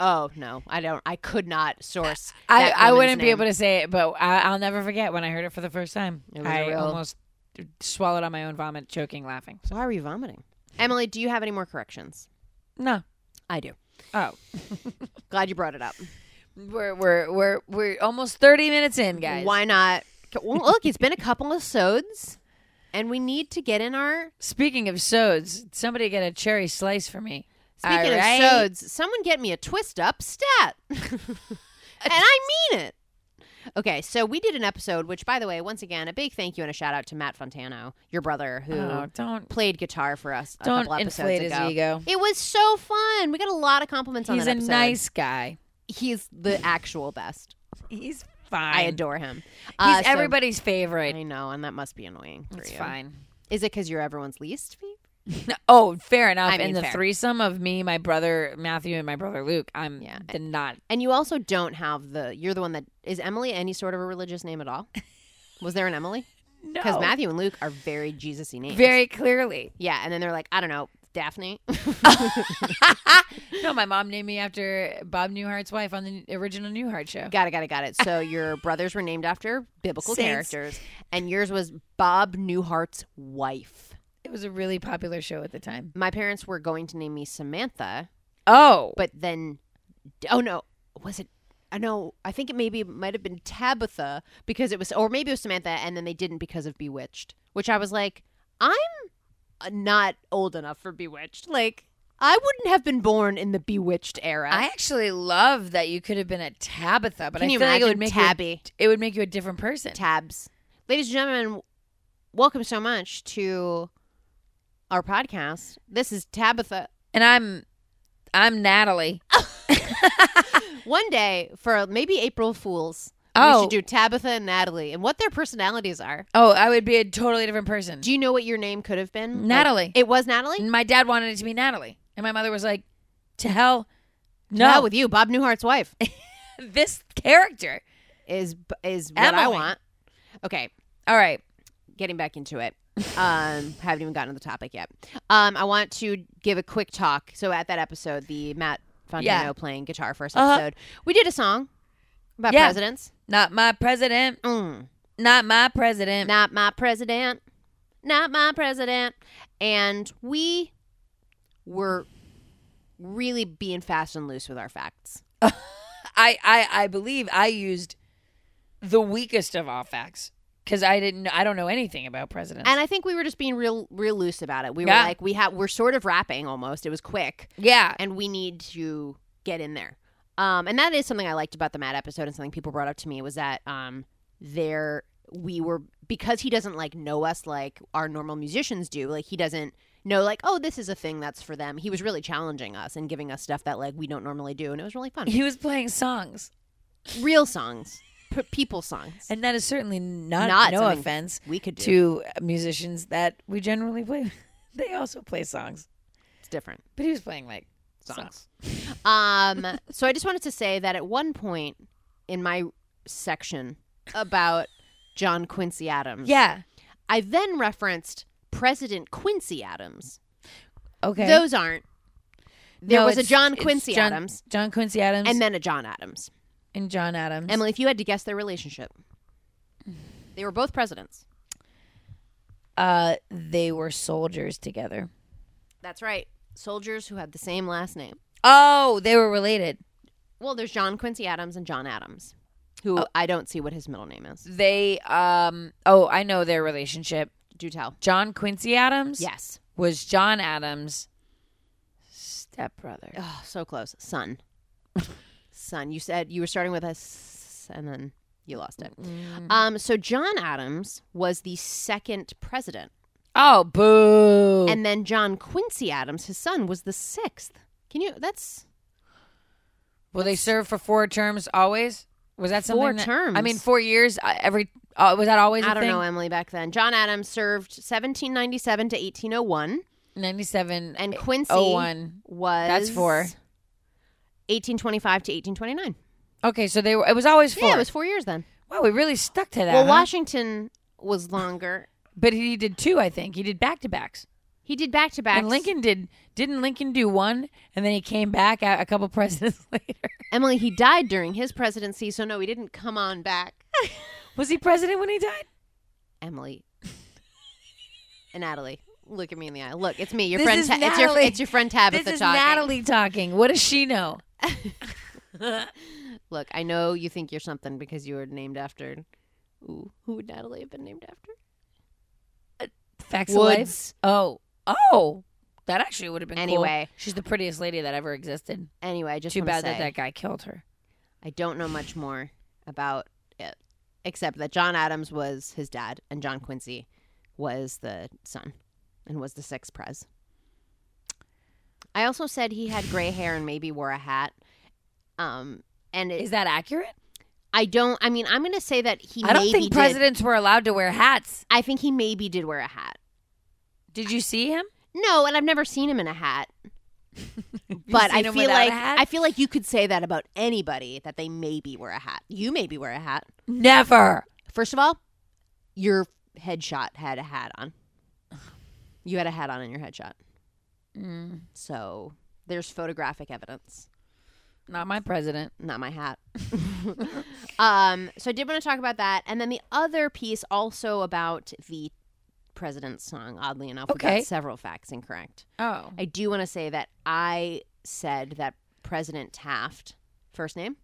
S1: oh no, I don't. I could not source.
S2: I,
S1: that
S2: I
S1: woman's
S2: wouldn't be
S1: name.
S2: able to say it, but I, I'll never forget when I heard it for the first time.
S1: It was a
S2: I
S1: real-
S2: almost swallowed on my own vomit, choking, laughing.
S1: Why are we vomiting? Emily, do you have any more corrections?
S2: No.
S1: I do.
S2: Oh,
S1: Glad you brought it up.
S2: we're we're we're we're almost thirty minutes in, guys.
S1: Why not? Well, look, it's been a couple of sods, and we need to get in our.
S2: Speaking of sods, somebody get a cherry slice for me.
S1: Speaking
S2: All
S1: of
S2: right.
S1: sods, someone get me a twist up stat. and I mean it. Okay, so we did an episode, which, by the way, once again, a big thank you and a shout out to Matt Fontano, your brother, who
S2: Oh, don't
S1: played guitar for us a
S2: don't
S1: couple episodes
S2: inflate his
S1: ago.
S2: ego.
S1: It was so fun. We got a lot of compliments on
S2: He's
S1: that
S2: a
S1: episode.
S2: nice guy.
S1: He's the actual best.
S2: He's fine.
S1: I adore him. He's
S2: He's everybody's favorite.
S1: I know, and that must be annoying for
S2: It's
S1: you.
S2: fine.
S1: Is it because you're everyone's least favorite?
S2: Oh, fair enough.
S1: I mean,
S2: and the
S1: fair.
S2: threesome of me, my brother Matthew, and my brother Luke, I'm
S1: Yeah.
S2: the not.
S1: And you also don't have the. You're the one that is Emily any sort of a religious name at all? Was there an Emily?
S2: No,
S1: Because Matthew and Luke are very Jesus-y names.
S2: very clearly.
S1: Yeah, and then they're like, I don't know, Daphne.
S2: no, my mom named me after Bob Newhart's wife on the original Newhart show.
S1: got it, got it, got it. So your brothers were named after biblical
S2: Saints.
S1: characters, and yours was Bob Newhart's wife.
S2: It was a really popular show at the time.
S1: My parents were going to name me Samantha,
S2: Oh,
S1: but then oh no was it i know i think it maybe might have been tabitha because it was or maybe it was samantha and then they didn't because of bewitched which i was like i'm uh, not old enough for bewitched like i wouldn't have been born in the bewitched era
S2: I actually love that you could have been a Tabitha, but
S1: Can
S2: I
S1: you
S2: feel like it
S1: imagine
S2: would make
S1: Tabby?
S2: You, a- it would make you a different person.
S1: tabs ladies and gentlemen welcome so much to our podcast this is tabitha
S2: and I'm, I'm Natalie.
S1: one day for maybe april fools We
S2: Oh,
S1: should do Tabitha and Natalie and what their personalities are.
S2: oh, I would be a totally different person.
S1: Do you know what your name could have been? Like,
S2: Natalie.
S1: it was Natalie?
S2: And my dad wanted it to be Natalie, and my mother was like, "To hell, no,
S1: Not with you. Bob Newhart's wife
S2: this character."
S1: is is what I
S2: Emily.
S1: want. Okay.
S2: All right,
S1: getting back into it. um, haven't even gotten to the topic yet. Um, I want to give a quick talk. So at that episode, the Matt Fontano
S2: Yeah.
S1: playing guitar first
S2: Uh-huh.
S1: episode, we did a song about
S2: Yeah.
S1: presidents.
S2: not my president,
S1: Mm.
S2: not my president.
S1: Not my president, not my president, and we were really being fast and loose with our facts.
S2: I, I, I believe I used the weakest of all facts because I didn't. I don't know anything about presidents.
S1: And I think we were just being real, real loose about it. We were
S2: Yeah.
S1: like, we have, we're sort of rapping almost. It was quick.
S2: yeah,
S1: and we need to get in there. Um, and that is something I liked about the Matt episode, and something people brought up to me was that um, there we were because he doesn't like know us like our normal musicians do. Like he doesn't know like oh this is a thing that's for them. He was really challenging us and giving us stuff that like we don't normally do, and it was really fun.
S2: he was playing songs,
S1: Real songs, p- people songs.
S2: and that is certainly not.
S1: Not
S2: no
S1: something-
S2: offense
S1: we could do.
S2: to musicians that we generally play. they also play songs,
S1: It's different.
S2: but he was playing like
S1: songs. um, so I just wanted to say that at one point in my section about John Quincy Adams,
S2: Yeah.
S1: I then referenced President Quincy Adams.
S2: Okay.
S1: Those aren't. There
S2: No,
S1: was a
S2: it's-
S1: John
S2: it's
S1: Quincy
S2: John-
S1: Adams
S2: John Quincy Adams,
S1: and then a John Adams.
S2: and John Adams.
S1: Emily, if you had to guess their relationship, they were both presidents.
S2: Uh, they were soldiers together.
S1: That's right. Soldiers who had the same last name.
S2: Oh, they were related.
S1: Well, there's John Quincy Adams and John Adams, who
S2: Oh.
S1: I don't see what his middle name is.
S2: They um. Oh, I know their relationship.
S1: Do tell.
S2: John Quincy Adams.
S1: Yes.
S2: was John Adams' stepbrother.
S1: Oh, so close. Son. Son. You said you were starting with a s and then you lost it.
S2: Mm-hmm.
S1: Um, so John Adams was the second president.
S2: Oh, boo!
S1: And then John Quincy Adams, his son, was the sixth. Can you that's
S2: Will they serve for four terms always? Was that something?
S1: Four
S2: that-
S1: terms?
S2: I mean, four years. uh, Every uh, was that always? I
S1: I don't know, Emily, back then. John Adams served seventeen ninety seven to eighteen oh one.
S2: Ninety-seven
S1: And Quincy
S2: oh one.
S1: was
S2: That's four.
S1: Eighteen twenty five to eighteen twenty nine.
S2: Okay, so they were. It was always four.
S1: Yeah, it was four years then.
S2: wow, we really stuck to that.
S1: Well,
S2: huh?
S1: Washington was longer.
S2: But he did two, I think. He did back to backs.
S1: He did back to back.
S2: And Lincoln did. Didn't Lincoln do one? And then he came back a, a couple presidents later.
S1: Emily, he died during his presidency, so no, he didn't come on back.
S2: Was he president when he died?
S1: Emily and Natalie, look at me in the eye. Look, it's me, your
S2: This
S1: friend.
S2: is
S1: Ta- it's your
S2: Natalie.
S1: it's your friend Tabitha
S2: this is
S1: talking.
S2: Natalie talking. What does she know?
S1: Look, I know you think you're something because you were named after. Ooh, who would Natalie have been named after?
S2: Facts of life.
S1: Woods.
S2: Oh, oh, that actually would have been cool.
S1: Anyway.
S2: She's the prettiest lady that ever existed.
S1: Anyway, I just
S2: Too
S1: wanna
S2: bad
S1: say,
S2: that that guy killed her.
S1: I don't know much more about it except that John Adams was his dad and John Quincy was the son and was the sixth prez. I also said he had gray hair and maybe wore a hat. Um and it,
S2: Is that accurate?
S1: I don't I mean I'm going to say that he
S2: I don't
S1: maybe
S2: think
S1: did-
S2: presidents were allowed to wear hats.
S1: I think he maybe did wear a hat.
S2: Did you see him?
S1: No, and I've never seen him in a hat. But
S2: seen
S1: I
S2: him
S1: feel
S2: without a
S1: like
S2: hat?
S1: I feel like you could say that about anybody that they maybe wear a hat. You maybe wear a hat.
S2: Never.
S1: First of all, your headshot had a hat on. You had a hat on in your headshot.
S2: Mm,
S1: So there's photographic evidence.
S2: not my president.
S1: Not my hat. um, so I did want to talk about that. And then the other piece also about the president's song, oddly enough, we got
S2: Okay.
S1: several facts incorrect.
S2: Oh,
S1: I do want to say that I said that President Taft, first name?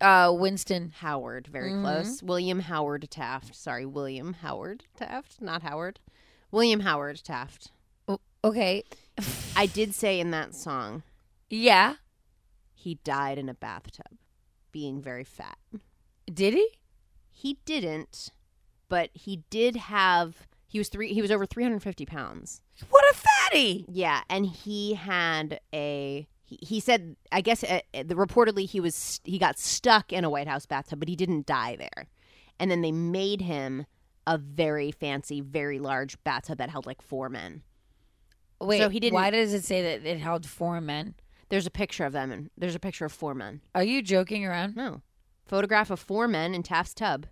S2: uh, Winston.
S1: Howard, very
S2: Mhm.
S1: close. William Howard Taft. Sorry, William Howard Taft, not Howard. William Howard Taft.
S2: Okay.
S1: I did say in that song,
S2: Yeah.
S1: he died in a bathtub, being very fat.
S2: Did he?
S1: He didn't, but he did have. He was three. He was over three hundred fifty pounds.
S2: What a fatty!
S1: Yeah, and he had a. he- he, he said I guess uh, uh, the reportedly he was he got stuck in a White House bathtub, but he didn't die there. And then they made him a very fancy, very large bathtub that held like four men.
S2: Wait,
S1: So he didn't-
S2: why does it say that it held four men?
S1: There's a picture of them, and there's a picture of four men.
S2: Are you joking around?
S1: No, photograph of four men in Taft's tub.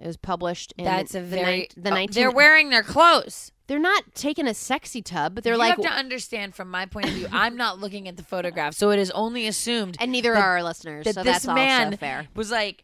S1: It was published. In
S2: That's a
S1: the
S2: very.
S1: nine- the
S2: oh,
S1: 19
S2: they're wearing their clothes.
S1: They're not taking a sexy tub. They're
S2: you
S1: like,
S2: have to understand from my point of view. I'm not looking at the photograph, so it is only assumed
S1: and neither
S2: that-
S1: are our listeners.
S2: that
S1: so
S2: this
S1: that's
S2: man
S1: also fair.
S2: was like,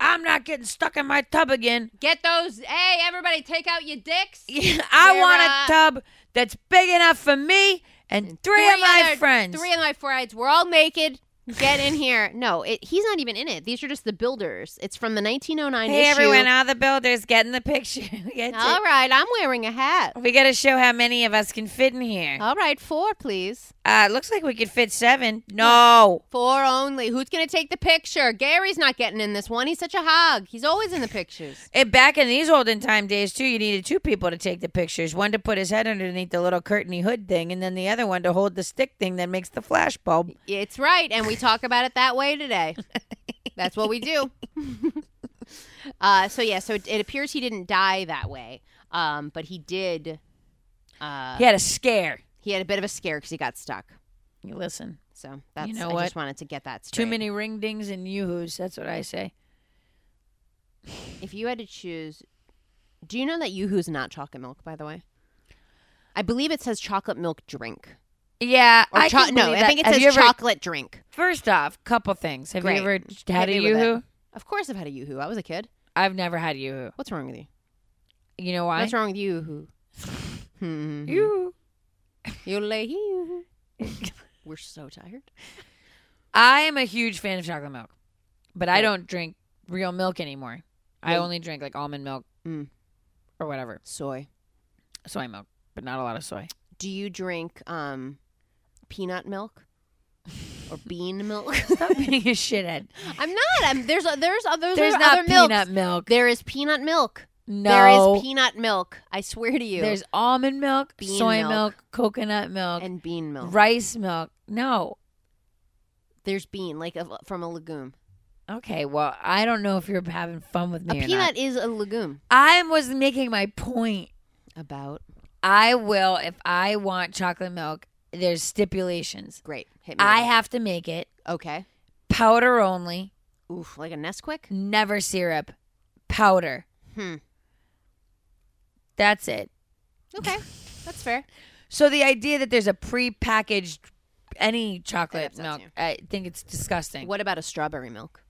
S2: "I'm not getting stuck in my tub again.
S1: Get those. Hey, everybody, take out your dicks.
S2: I
S1: We're,
S2: want
S1: uh,
S2: a tub that's big enough for me and, three, of my
S1: other-
S2: friends."
S1: Three of my friends. We're all naked. Get in here. No, it, he's not even in it. These are just the builders. It's from the 1909
S2: hey,
S1: issue.
S2: everyone! All the builders get in the picture. We get to-
S1: all right, I'm wearing a hat.
S2: We got to show how many of us can fit in here.
S1: All right, four, please.
S2: Uh, looks like we could fit seven. No.
S1: Four only. Who's going to take the picture? Gary's not getting in this one. He's such a hog. He's always in the pictures.
S2: It, back in these olden time days, too, you needed two people to take the pictures. One to put his head underneath the little curtainy hood thing, and then the other one to hold the stick thing that makes the flash bulb.
S1: It's right, and we talk about it that way today. That's what we do. uh, so yeah, so it, it appears he didn't die that way, um, but he did. Uh,
S2: He had a scare.
S1: He had a bit of a scare because he got stuck.
S2: You listen.
S1: So that's
S2: know
S1: I
S2: what?
S1: just wanted to get that straight.
S2: Too many ring dings and yoo-hoos. That's what I say.
S1: If you had to choose, do you know that YooHoo's not chocolate milk? By the way, I believe it says chocolate milk drink.
S2: Yeah,
S1: Or
S2: I
S1: cho-
S2: can
S1: no,
S2: believe
S1: I
S2: that.
S1: think it
S2: Have
S1: says
S2: you ever-
S1: chocolate drink.
S2: First off, couple things. Have
S1: Great.
S2: you ever had a
S1: Hit me with it.
S2: yoo-hoo?
S1: Of course, I've had a YooHoo. I was a kid.
S2: I've never had a yoo-hoo.
S1: What's wrong with you?
S2: You know why?
S1: What's wrong with you? Hmm.
S2: Yoo-hoo.
S1: You lay you. We're so tired.
S2: I am a huge fan of chocolate milk, but I
S1: Right.
S2: don't drink real milk anymore. I
S1: Yeah.
S2: only drink like almond milk
S1: Mm.
S2: or whatever,
S1: Soy.
S2: soy milk, but not a lot of soy.
S1: Do you drink um, peanut milk or bean milk?
S2: Stop being a shithead.
S1: I'm not. I'm there's there's other
S2: There's
S1: there's
S2: not
S1: other milks.
S2: peanut milk.
S1: There is peanut milk.
S2: No.
S1: There is peanut milk. I swear to you.
S2: There's almond milk,
S1: Bean
S2: soy milk.
S1: milk.
S2: coconut milk,
S1: and bean milk.
S2: rice milk. No.
S1: There's bean like of from a legume.
S2: Okay, well, I don't know if you're having fun with
S1: A
S2: me or
S1: peanut
S2: not.
S1: is a legume.
S2: I was making my point.
S1: About
S2: I will if I want chocolate milk. There's stipulations.
S1: great. Hit me.
S2: I
S1: with
S2: have to make it
S1: it. okay.
S2: powder only,
S1: Oof, like a Nesquik.
S2: never syrup, powder.
S1: Hmm.
S2: That's it.
S1: Okay, that's fair.
S2: So the idea that there's a prepackaged any chocolate
S1: upsets
S2: milk,
S1: you.
S2: I think it's disgusting.
S1: What about a strawberry milk?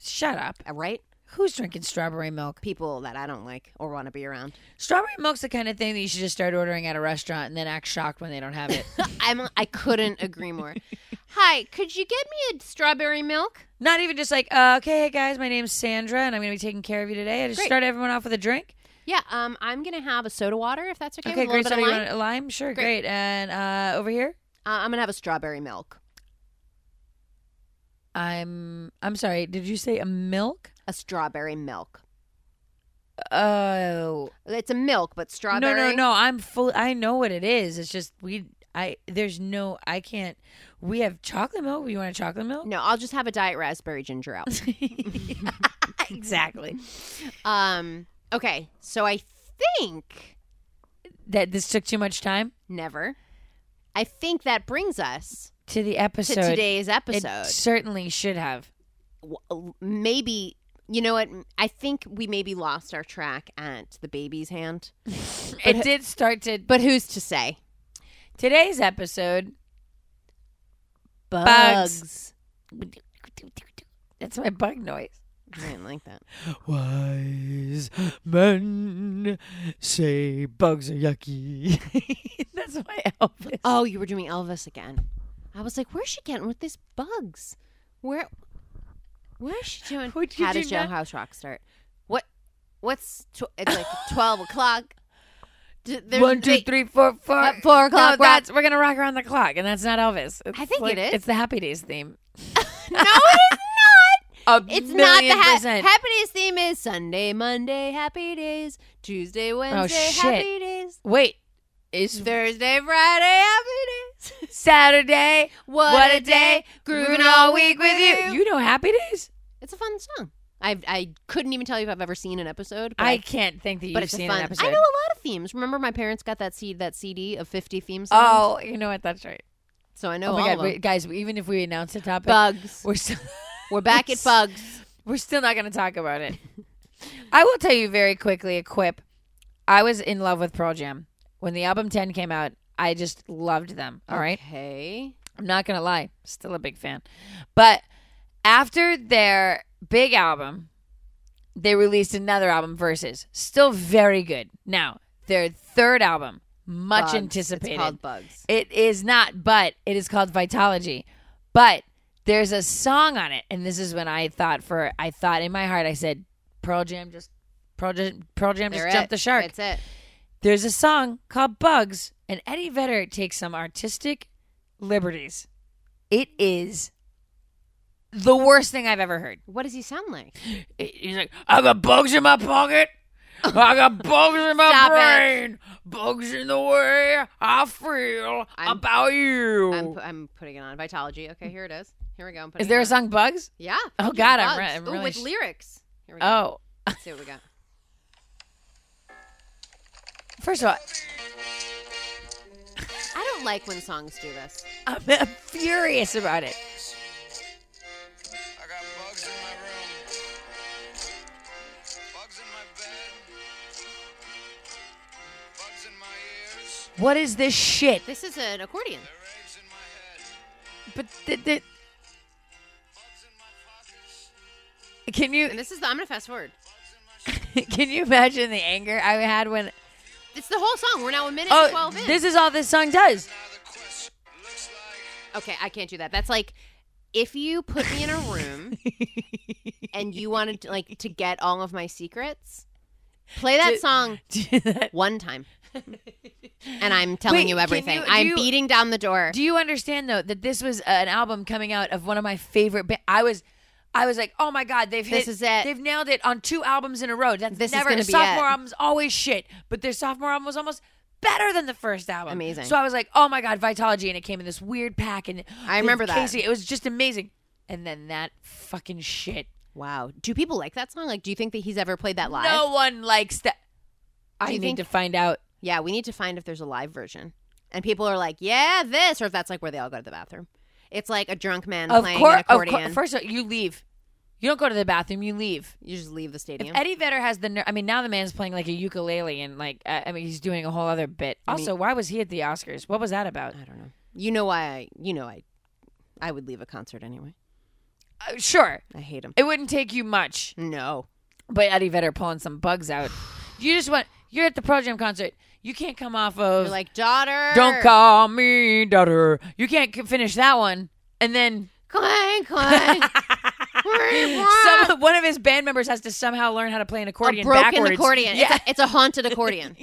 S2: Shut up.
S1: Uh, Right?
S2: Who's drinking strawberry milk?
S1: People that I don't like or want to be around.
S2: Strawberry milk's the kind of thing that you should just start ordering at a restaurant and then act shocked when they don't have it.
S1: I'm I couldn't agree more. Hi, could you get me a strawberry milk?
S2: Not even just like, uh, okay, hey guys, my name's Sandra and I'm going to be taking care of you today. I just
S1: Great.
S2: start everyone off with a drink.
S1: Yeah, um, I'm gonna have a soda water if that's okay.
S2: Okay,
S1: with a little
S2: great.
S1: bit
S2: So
S1: of
S2: you
S1: lime.
S2: want a lime? Sure, great.
S1: Great.
S2: And uh, over here,
S1: Uh, I'm gonna have a strawberry milk.
S2: I'm I'm sorry. Did you say a milk?
S1: A strawberry milk.
S2: Oh
S1: It's a milk, but strawberry.
S2: no, no, no. I'm full. I know what it is. It's just we. I there's no. I can't. We have chocolate milk. You want a chocolate milk?
S1: No, I'll just have a diet raspberry ginger ale.
S2: exactly.
S1: um, okay, so I think
S2: That this took too much time
S1: never. I think that brings us
S2: to the
S1: to
S2: episode.
S1: today's
S2: It
S1: episode.
S2: certainly should have.
S1: W- Maybe you know what? I think we maybe lost our track at the baby's hand,
S2: It did start to.
S1: but who's to say?
S2: Today's episode. Bugs.
S1: Bugs.
S2: That's my bug noise.
S1: I didn't like that.
S3: Wise men say bugs are yucky.
S2: That's my Elvis.
S1: Oh, you were doing Elvis again. I was like, where's she getting with these bugs? Where, where is she doing?
S2: Would you
S1: How
S2: do
S1: does Jailhouse
S2: not-
S1: Rock start? What? What's tw- it's like twelve o'clock? D- there's-
S2: One, two,
S1: they-
S2: three, four, four.
S1: Uh, four o'clock
S2: No,
S1: rock.
S2: that's, we're gonna rock around the clock, and that's not Elvis. It's
S1: I think
S2: like-
S1: it is.
S2: It's the Happy Days theme.
S1: No, it is not.
S2: A
S1: It's not the
S2: million
S1: ha-
S2: percent.
S1: Happy Days theme. Is Sunday, Monday, Happy Days. Tuesday, Wednesday,
S2: Oh, shit.
S1: Happy Days.
S2: Wait, is
S1: Thursday, Friday, Happy Days.
S2: Saturday,
S1: What,
S2: what a day, grooving all week with you. You know Happy Days?
S1: It's a fun song. I I couldn't even tell you if I've ever seen an episode. But
S2: I can't think that you've
S1: but it's a
S2: seen
S1: fun.
S2: an episode.
S1: I know a lot of themes. Remember, my parents got that C, that CD of fifty themes.
S2: Oh, you know what? That's right.
S1: so I know
S2: Oh,
S1: all
S2: my
S1: of
S2: God,
S1: them.
S2: wait, guys! Even if we announce the topic,
S1: bugs.
S2: we're still
S1: We're back at bugs.
S2: we're still not going to talk about it. I will tell you very quickly a quip. I was in love with Pearl Jam when the album Ten came out. I just loved them. All right,
S1: Okay.
S2: I'm not going to lie, still a big fan. But after their big album, they released another album, Versus. Still very good. Now their third album, much
S1: Bugs.
S2: anticipated.
S1: It's called bugs.
S2: It is not, but it is called Vitology. But there's a song on it, and this is when I thought for I thought in my heart I said Pearl Jam just Pearl Jam Pearl Jam
S1: They're
S2: just jumped
S1: it.
S2: the shark.
S1: That's it.
S2: There's a song called Bugs, and Eddie Vedder takes some artistic liberties. It is the worst thing I've ever heard.
S1: What does he sound like?
S2: He's like, I got bugs in my pocket. I got bugs in my
S1: Stop it.
S2: brain. Bugs in the way I feel
S1: I'm-
S2: about you.
S1: I'm, pu- I'm putting it on Vitology. Okay, here it is. Here we go. I'm putting
S2: Is there
S1: it
S2: a song Bugs?
S1: On. Yeah.
S2: Oh,
S1: fucking
S2: God, I'm
S1: Bugs.
S2: re- I'm
S1: Ooh,
S2: really
S1: with
S2: sh-
S1: lyrics. Here we go.
S2: Oh.
S1: Let's see what we got.
S2: First of all,
S1: I don't like when songs do this.
S2: I'm, furious about it.
S4: I got bugs in my room. Bugs in my bed. Bugs in my ears.
S2: What is this shit?
S1: This is an accordion.
S4: Their eggs in my head.
S2: But th- th-
S4: Bugs in my pockets.
S2: can you
S1: And this is the, I'm going to fast forward.
S2: can you imagine the anger I had when?
S1: It's the whole song. We're now a minute and 12
S2: Oh,
S1: in.
S2: this is all this song does.
S4: Now the question looks like
S1: okay, I can't do that. That's like if you put me in a room and you wanted to, like to get all of my secrets, play that
S2: Do-
S1: song
S2: Do
S1: one time. And I'm telling
S2: Wait,
S1: you
S2: can
S1: everything.
S2: you- do
S1: I'm
S2: you-
S1: beating down the door.
S2: you understand though that this was uh, an album coming out of one of my favorite? Ba- I was. I was like, "Oh my God, they've hit,
S1: This is it.
S2: They've nailed it on two albums in a row. That's
S1: This is
S2: never
S1: gonna
S2: a
S1: be
S2: sophomore
S1: it.
S2: album's always shit, but their sophomore album was almost better than the first album.
S1: Amazing.
S2: So I was like, "Oh my God, Vitology!" And it came in this weird pack, and
S1: I remember that.
S2: Casey, it was just amazing. And then that fucking shit.
S1: wow. Do people like that song? Like, do you think that he's ever played that live?
S2: No one likes that. I
S1: you
S2: need
S1: think-
S2: to find out.
S1: Yeah, we need to find if there's a live version. And people are like, yeah, this, or if that's like where they all go to the bathroom. It's like a drunk man
S2: Of
S1: playing
S2: course,
S1: an accordion.
S2: First of all, you leave. You don't go to the bathroom. You leave.
S1: you just leave the
S2: If
S1: stadium.
S2: Eddie Vedder has the, ner- I mean, now the man's playing like a ukulele and like, uh, I mean, he's doing a whole other bit. Also, why was he at the Oscars? What was that about?
S1: I don't know. You know why I, you know, I, I would leave a concert anyway.
S2: Uh, sure,
S1: I hate him.
S2: it wouldn't take you much,
S1: No.
S2: but Eddie Vedder pulling some bugs out. You just want. You're at the Pro Jam concert. You can't come off of.
S1: You're like, daughter.
S2: don't call me daughter. You can't c- finish that one, and then
S1: Clang, clang.
S2: Some, one of his band members has to somehow learn how to play an
S1: a
S2: accordion
S1: broken
S2: backwards.
S1: accordion.
S2: Yeah.
S1: It's, a, it's a haunted accordion.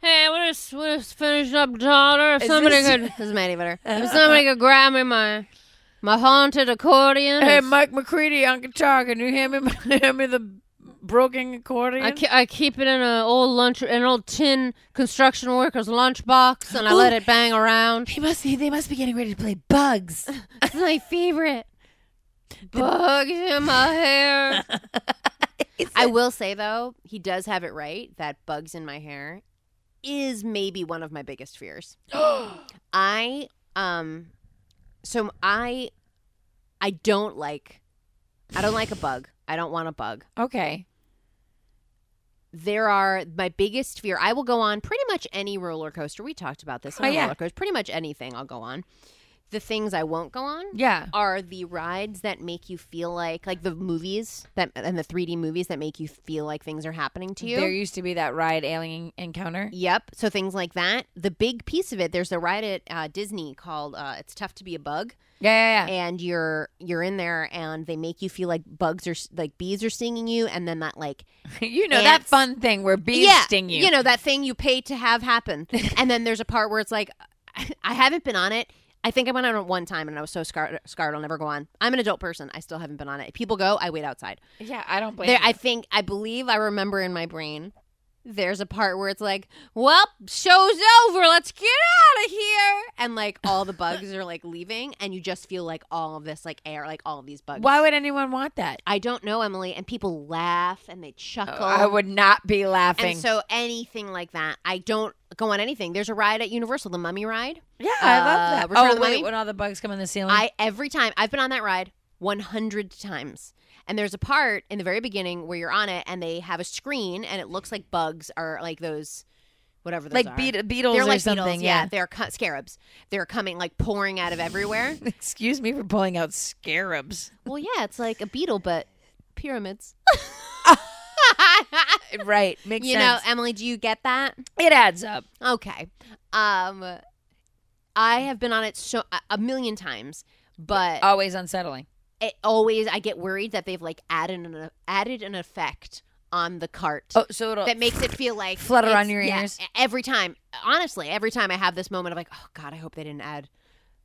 S1: Hey, what is this finished up daughter? If
S2: Is
S1: somebody
S2: this-
S1: could, this is Maddie Vitter.
S2: Uh,
S1: If somebody could grab me my my haunted accordion.
S2: hey,
S1: it's-
S2: Mike McCready on guitar. Can you hand me, my, hand me the broken accordion?
S1: I, ke- I keep it in an old lunch, an old
S2: uh,
S1: tin construction worker's lunchbox, and I let it bang around.
S2: He must. He, they must be getting ready to play bugs.
S1: It's my favorite. Bugs in my hair. I will say though, he does have it right. That bugs in my hair is maybe one of my biggest fears. I um, so I, I don't like, I don't like a bug. I don't want a bug.
S2: okay.
S1: there are my biggest fear. I will go on pretty much any roller coaster. We talked about this. on
S2: Oh,
S1: a
S2: yeah.
S1: roller coaster, pretty much anything I'll go on. The things I won't go on
S2: Yeah.
S1: are the rides that make you feel like like the movies that and the 3D movies that make you feel like things are happening to you.
S2: There used to be that ride alien encounter.
S1: Yep. So things like that. The big piece of it. There's a ride at uh, Disney called uh, "It's Tough to Be a Bug,"
S2: Yeah, yeah, yeah.
S1: and you're you're in there, and they make you feel like bugs are s- like bees are stinging you, and then that like
S2: you know that
S1: Ants.
S2: fun thing where bees sting you.
S1: know that thing you pay to have happen. and then there's a part where it's like, I haven't been on it. I think I went on it one time and I was so scarred. Scarred, I'll never go on. I'm an adult person. I still haven't been on it. If people go, I wait outside.
S2: Yeah, I don't blame.
S1: There,
S2: you.
S1: I think, I believe, I remember in my brain there's a part where it's like, well, show's over. Let's get out of here. And like all the bugs are like leaving, and you just feel like all of this like air, like all of these bugs.
S2: Why would anyone want that?
S1: I don't know, Emily. And people laugh and they chuckle.
S2: I would not be laughing.
S1: And so anything like that, I don't go on anything. There's a ride at Universal, the Mummy ride.
S2: yeah, I love
S1: Uh,
S2: that.
S1: Return of
S2: oh
S1: the
S2: wait,
S1: Mummy?
S2: when all the bugs come in the ceiling,
S1: I every time I've been on that ride 100 times. And there's a part in the very beginning where you're on it and they have a screen and it looks like bugs are like those whatever those
S2: like
S1: are.
S2: beet- beetles
S1: They're
S2: or
S1: like
S2: something.
S1: beetles, yeah. They're co- scarabs. They're coming like pouring out of everywhere.
S2: Excuse me for pulling out scarabs.
S1: well, yeah, it's like a beetle but pyramids.
S2: Right, makes
S1: you know,
S2: sense.
S1: Emily, do you get that?
S2: it adds up.
S1: Okay. Um I have been on it so a- a million times, but
S2: Always unsettling.
S1: it always I get worried that they've like added an added an effect on the cart
S2: Oh, so it'll
S1: that makes it feel like
S2: Flutter on
S1: it's-
S2: your
S1: yeah, e-,
S2: ears.
S1: every time. Honestly, every time I have this moment of like, oh god, I hope they didn't add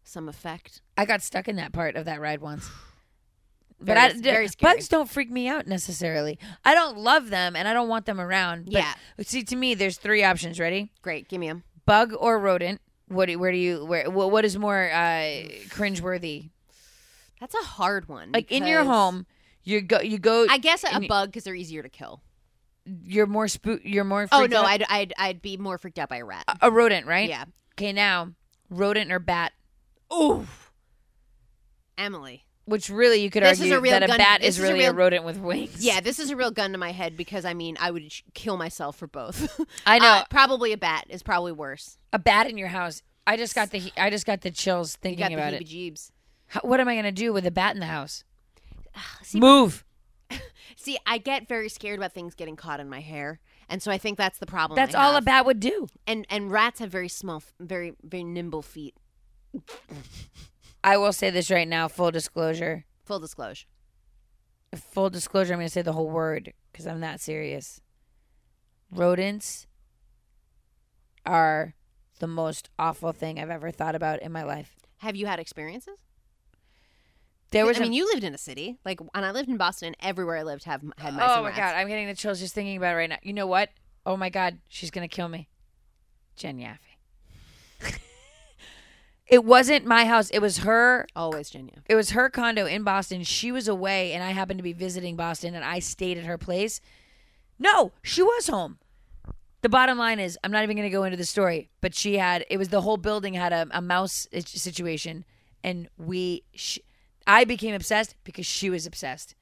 S1: some effect.
S2: I got stuck in that part of that ride once. But
S1: Very-
S2: I,
S1: very
S2: d-
S1: scary.
S2: bugs don't freak me out necessarily. I don't love them and I don't want them around. But
S1: Yeah.
S2: See, to me, there's three options. Ready?
S1: Great, give me them.
S2: Bug or rodent. What? do- Where do you? Where? wh- What is more uh, cringeworthy?
S1: That's a hard one.
S2: Like in your
S1: because
S2: home, you go. You go.
S1: I guess a
S2: and you-
S1: bug because they're easier to kill.
S2: you're more spook. You're more.
S1: Oh
S2: freaked
S1: no,
S2: out-
S1: I'd, I'd I'd be more freaked out by a rat.
S2: a rodent, right?
S1: Yeah.
S2: Okay, now rodent or bat.
S1: Emily.
S2: Which really, you could
S1: This is
S2: argue
S1: a real
S2: that a
S1: gun-
S2: bat
S1: this
S2: is
S1: is a
S2: really
S1: real-
S2: rodent with wings.
S1: Yeah, this is a real gun to my head because I mean I would sh- kill myself for both.
S2: I know.
S1: Uh, probably a bat is probably worse.
S2: a bat in your house. I just got the he- I just got the chills
S1: You
S2: thinking
S1: got the
S2: about it.
S1: heebie-jeebs.
S2: How, what am I going to do with a bat in the house?
S1: See,
S2: Move.
S1: See, I get very scared about things getting caught in my hair, and so I think that's the problem.
S2: That's
S1: I
S2: all a
S1: have.
S2: bat would do.
S1: And and rats have very small, f- very very nimble feet.
S2: I will say this right now, full disclosure.
S1: Full disclosure.
S2: Full disclosure, I'm going to say the whole word cuz I'm not serious. Rodents are the most awful thing I've ever thought about in my life.
S1: Have you had experiences?
S2: There was
S1: I
S2: a-
S1: mean, you lived in a city, like, and I lived in Boston. and Everywhere I lived, have had mice
S2: Oh
S1: and
S2: my
S1: rats.
S2: god, I'm getting the chills just thinking about it right now. You know what? Oh my god, she's gonna kill me. Jen Yaffe. it wasn't my house. It was her.
S1: Always, Jenya.
S2: It was her condo in Boston. She was away, and I happened to be visiting Boston, and I stayed at her place. No, she was home. The bottom line is, I'm not even going to go into the story, but she had it was the whole building had a, a mouse itch- situation, and we, sh I became obsessed because she was obsessed,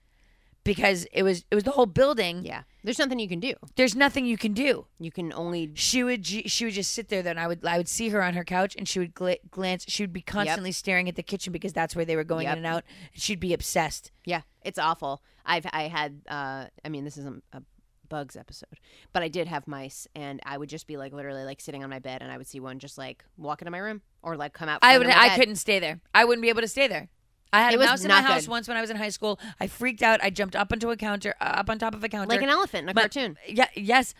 S2: because it was it was the whole building.
S1: Yeah, there's nothing you can do.
S2: There's nothing you can do.
S1: You can only.
S2: She would ju- she would just sit there. Then I would I would see her on her couch, and she would gla- glance. She would be constantly staring at the kitchen because that's where they were going
S1: Yep.
S2: in and out. She'd be obsessed.
S1: Yeah, it's awful. I've I had. Uh, I mean, this isn't a bugs episode, but I did have mice, and I would just be like literally like sitting on my bed, and I would see one just like walk into my room or like come out.
S2: I
S1: from
S2: would
S1: under my
S2: I
S1: bed.
S2: couldn't stay there. I wouldn't be able to stay there. I had
S1: It
S2: a
S1: was
S2: mouse in my
S1: not
S2: house
S1: good.
S2: once when I was in high school. I freaked out. I jumped up onto a counter, uh, up on top of a counter,
S1: like an elephant in a
S2: My-
S1: cartoon.
S2: Yeah, yes,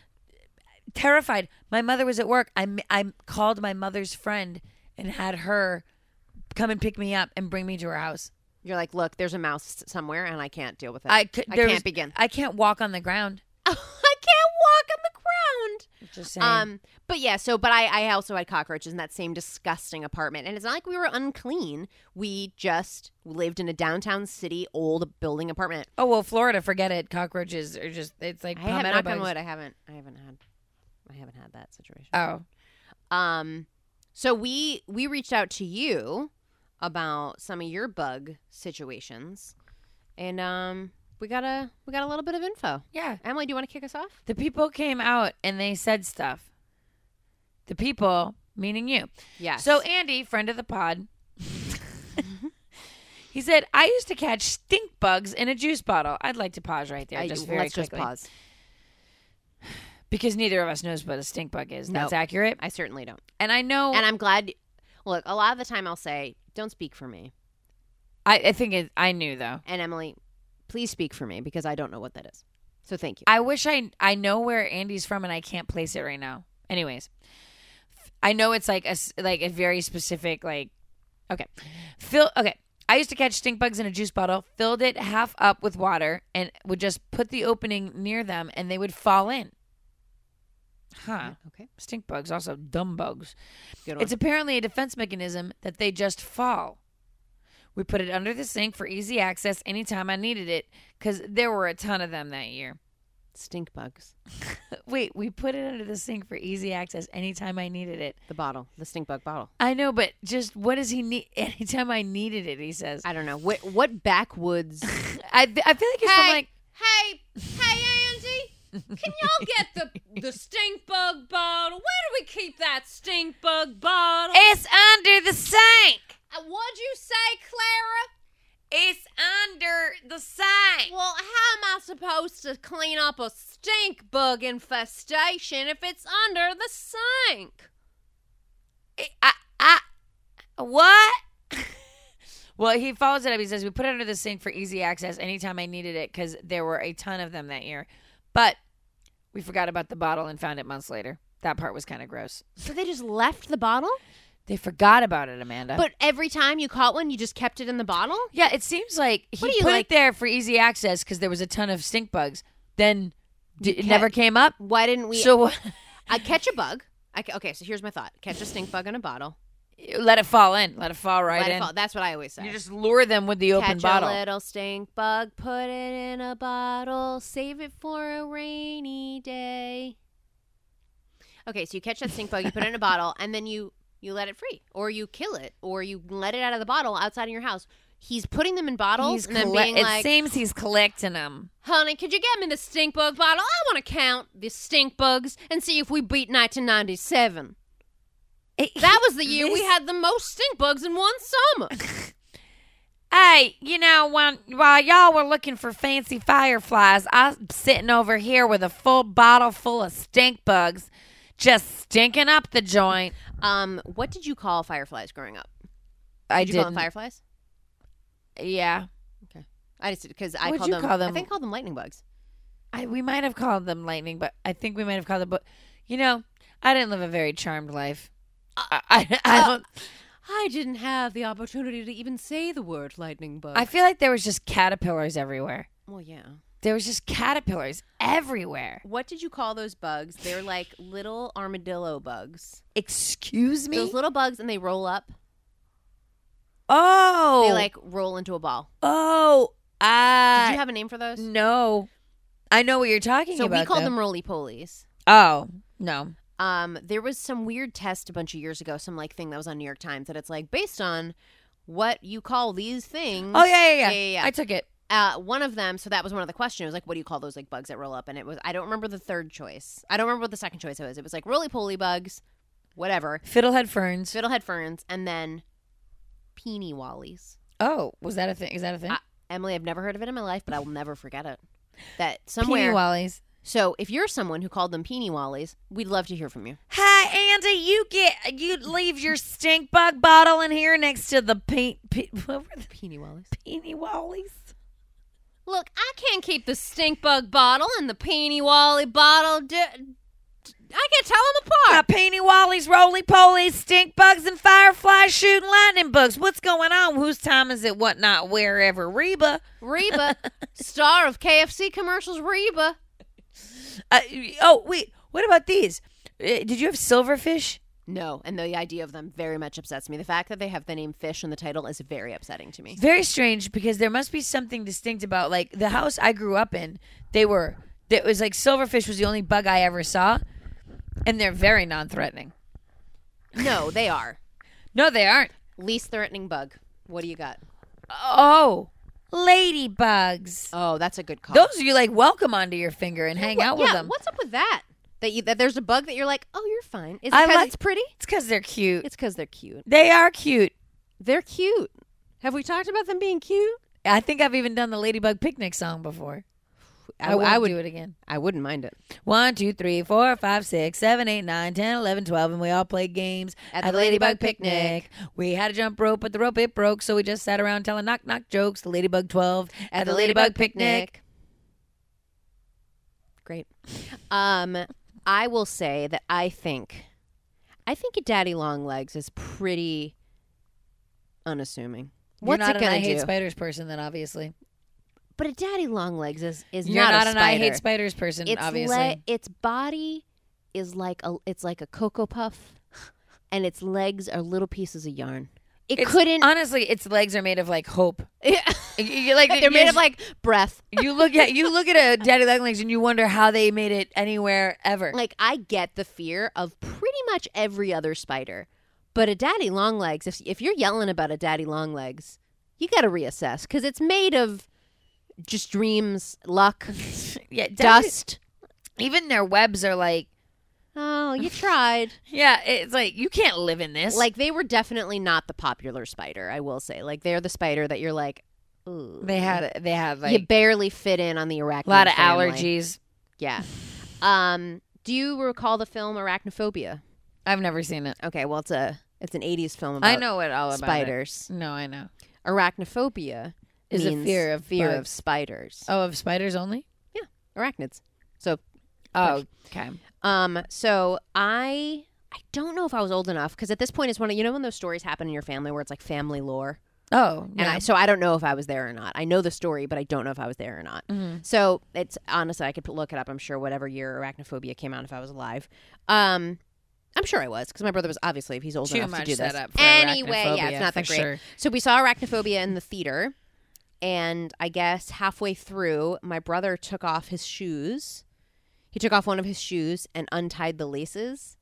S2: terrified. My mother was at work. I m- I called my mother's friend and had her come and pick me up and bring me to her house.
S1: You're like, look, there's a mouse somewhere, and I can't deal with it.
S2: I could.
S1: I
S2: there
S1: can't
S2: was-
S1: begin.
S2: I can't walk on the ground.
S1: I can't walk on the ground.
S2: Just saying.
S1: Um, but yeah, so but I, I also had cockroaches in that same disgusting apartment, and it's not like we were unclean. We just lived in a downtown city old building apartment.
S2: oh well, Florida, forget it. Cockroaches are just. It's like
S1: I have
S2: palmetto
S1: knock on
S2: bugs.
S1: wood. I haven't. I haven't had. I haven't had that situation.
S2: Oh,
S1: Um, so we we reached out to you about some of your bug situations, and um, we got a we got a little bit of info.
S2: yeah.
S1: Emily, do you want to kick us off?
S2: The people came out and they said stuff. The people, meaning you.
S1: Yeah.
S2: So Andy, friend of the pod, he said, "I used to catch stink bugs in a juice bottle." I'd like to pause right there,
S1: I-
S2: just very
S1: let's
S2: quickly,
S1: just pause.
S2: because neither of us knows what a stink bug is. That's
S1: Nope.
S2: accurate,
S1: I certainly don't,
S2: and I know.
S1: and I'm glad. Look, a lot of the time I'll say, "Don't speak for me,"
S2: I, I think it, I knew though.
S1: and Emily, please speak for me because I don't know what that is. So thank you.
S2: I wish I I know where Andy's from and I can't place it right now. Anyways, I know it's like a s- like a very specific like okay. Fill okay. I used to catch stink bugs in a juice bottle, filled it half up with water and would just put the opening near them and they would fall in. Huh.
S1: Okay.
S2: Stink bugs, also dumb bugs.
S1: Good one.
S2: It's apparently a defense mechanism that they just fall. We put it under the sink for easy access anytime I needed it because there were a ton of them that year.
S1: Stink bugs.
S2: Wait, we put it under the sink for easy access anytime I needed it.
S1: The bottle. The stink bug bottle.
S2: I know, but just what does he need? Anytime I needed it, he says.
S1: I don't know. What what backwoods
S2: I, I feel like it's from like
S5: Hey, hey, Angie, can y'all get the uh, the stink bug bottle? Where do we keep that stink bug bottle?
S2: it's under the sink.
S5: Uh, What'd you say, Clara?
S2: It's under the sink.
S5: Well, how am I supposed to clean up a stink bug infestation if it's under the sink?
S2: I, I, what? well, he follows it up. He says, We put it under the sink for easy access anytime I needed it because there were a ton of them that year. But we forgot about the bottle and found it months later. That part was kind of gross.
S1: So they just left the bottle?
S2: They forgot about it, Amanda.
S1: But every time you caught one, you just kept it in the bottle?
S2: yeah, it seems like he
S1: What do you
S2: put
S1: like-
S2: it there for easy access because there was a ton of stink bugs. Then d- it never came up.
S1: Why didn't we
S2: so
S1: I catch a bug. I ca- okay, so here's my thought. Catch a stink bug in a bottle.
S2: let it fall in. Let it fall right
S1: Let it
S2: in.
S1: fall. That's what I always say.
S2: You just lure them with the open
S1: catch
S2: bottle.
S1: a little stink bug, put it in a bottle, save it for a rainy day. Okay, so you catch that stink bug, you put it in a bottle, and then you you let it free, or you kill it, or you let it out of the bottle outside of your house. He's putting them in bottles
S2: He's
S1: and then
S2: colle-
S1: being
S2: it
S1: like,
S2: seems he's collecting them.
S5: Honey, could you get me the stink bug bottle? I want to count the stink bugs and see if we beat 1997. That was the year we had the most stink bugs in one summer.
S2: Hey, you know, when while y'all were looking for fancy fireflies, I'm sitting over here with a full bottle full of stink bugs, just stinking up the joint.
S1: um, what did you call fireflies growing up?
S2: I
S1: Did you call them
S2: didn't.
S1: fireflies?
S2: yeah,
S1: I just because I
S2: What'd
S1: called
S2: you
S1: them,
S2: call
S1: I
S2: them?
S1: think I called them lightning bugs.
S2: I, we might have called them lightning, but I think we might have called them. But you know, I didn't live a very charmed life.
S1: Uh,
S2: I, I, I don't.
S1: I didn't have the opportunity to even say the word lightning bug.
S2: I feel like there was just caterpillars everywhere.
S1: well, yeah.
S2: There was just caterpillars everywhere.
S1: What did you call those bugs? They're like little armadillo bugs.
S2: Excuse me.
S1: Those little bugs, and they roll up.
S2: oh,
S1: They like roll into a ball.
S2: oh,
S1: Did
S2: I.
S1: you have a name for those?
S2: No. I know what you're talking
S1: so
S2: about.
S1: we called
S2: though.
S1: them roly polies.
S2: Oh, no.
S1: Um, there was some weird test a bunch of years ago, some like thing that was on New York Times that it's like based on what you call these things.
S2: Oh, yeah, yeah, yeah.
S1: yeah, yeah.
S2: I took it.
S1: uh, one of them. So that was one of the questions. It was like, what do you call those like bugs that roll up? And it was I don't remember the third choice. I don't remember what the second choice was. It was like roly poly bugs, whatever,
S2: Fiddlehead ferns.
S1: fiddlehead ferns, and then peony wallies.
S2: Oh, was that a thing? Is that a thing?
S1: I- Emily, I've never heard of it in my life, but I will never forget it. That
S2: Peony
S1: somewhere.
S2: wallies.
S1: so if you're someone who called them peony wallies, we'd love to hear from you.
S2: Hi, Andy. You get you leave your stink bug bottle in here next to the paint. Pe- what were the
S1: Peony wallies.
S2: peony wallies?
S5: Look, I can't keep the stink bug bottle and the peeny wally bottle. D- d- I can't tell them
S2: My
S5: apart.
S2: peony wallies, roly polies, stink bugs, and fireflies shooting lightning bugs. What's going on? Whose time is it? What not? Wherever? Reba.
S5: Reba, star of KFC commercials, Reba.
S2: Uh, oh, wait. What about these? Uh, did you have silverfish?
S1: No, and the idea of them very much upsets me. The fact that they have the name fish in the title is very upsetting to me.
S2: Very strange because there must be something distinct about like the house I grew up in. They were it was like silverfish was the only bug I ever saw, and they're very non-threatening.
S1: No, they are
S2: No, they aren't.
S1: least threatening bug. What do you got?
S2: Oh, ladybugs.
S1: Oh, that's a good call.
S2: Those you like welcome onto your finger and hang out with
S1: yeah,
S2: them.
S1: what's up with that? That you that there's a bug that you're like, oh, you're fine. Is it
S2: I
S1: because
S2: like-
S1: it's pretty?
S2: It's because they're cute.
S1: It's because they're cute.
S2: They are cute.
S1: They're cute. Have we talked about them being cute?
S2: I think I've even done the ladybug picnic song before. I,
S1: w-
S2: I
S1: would.
S2: would do it again.
S1: I wouldn't mind it.
S2: One, two, three, four, five, six, seven, eight, nine, ten, eleven, twelve, and we all played games
S1: At the Ladybug Picnic.
S2: We had a jump rope, but the rope it broke, so we just sat around telling knock knock jokes. The Ladybug twelve at, the, Ladybug, Picnic.
S1: Great. Um, I will say that I think, I think a daddy long legs is pretty unassuming. What's
S2: You're not
S1: it
S2: an
S1: gonna
S2: I
S1: do?
S2: hate spiders person, then obviously.
S1: but a daddy long legs is is
S2: You're
S1: not,
S2: not,
S1: a
S2: an
S1: spider.
S2: I hate spiders person,
S1: It's
S2: obviously.
S1: le- its body is like a it's like a cocoa puff, and its legs are little pieces of yarn. It
S2: It's-
S1: couldn't.
S2: honestly. Its legs are made of like hope. You- you like
S1: they're made
S2: you-
S1: of like breath.
S2: you look at you look at a daddy long legs and you wonder how they made it anywhere ever.
S1: Like I get the fear of pretty much every other spider, but a daddy long legs. If if you're yelling about a daddy long legs, you got to reassess because it's made of just dreams, luck,
S2: yeah, daddy-
S1: dust.
S2: Even their webs are like
S1: Oh, you tried.
S2: yeah. It's like you can't live in this.
S1: like they were definitely not the popular spider. I will say, like they're the spider that you're like, ooh,
S2: they had they had
S1: you
S2: like
S1: barely fit in on the arachnid.
S2: a lot of
S1: family.
S2: allergies.
S1: Yeah. Um, do you recall the film Arachnophobia?
S2: I've never seen it.
S1: Okay, well it's a it's an '80s film about
S2: I know what all about it.
S1: spiders.
S2: No, I know.
S1: Arachnophobia
S2: Is a
S1: means
S2: fear of
S1: fear
S2: bugs.
S1: of spiders,
S2: Oh, of spiders only.
S1: arachnids. So
S2: Oh, okay.
S1: Um, so I I don't know if I was old enough because at this point it's one of you know when those stories happen in your family where it's like family lore.
S2: Oh,
S1: And
S2: yeah.
S1: I, so I don't know if I was there or not. I know the story, but I don't know if I was there or not.
S2: Mm-hmm.
S1: So it's honestly, I could look it up. I'm sure whatever year Arachnophobia came out, if I was alive, um, I'm sure I was because my brother was obviously if he's old
S2: Too
S1: enough
S2: much
S1: to do this.
S2: setup for
S1: anyway, yeah,
S2: arachnophobia,
S1: it's not that
S2: for
S1: great.
S2: sure.
S1: So we saw Arachnophobia in the theater, and I guess halfway through, my brother took off his shoes. He took off one of his shoes and untied the laces,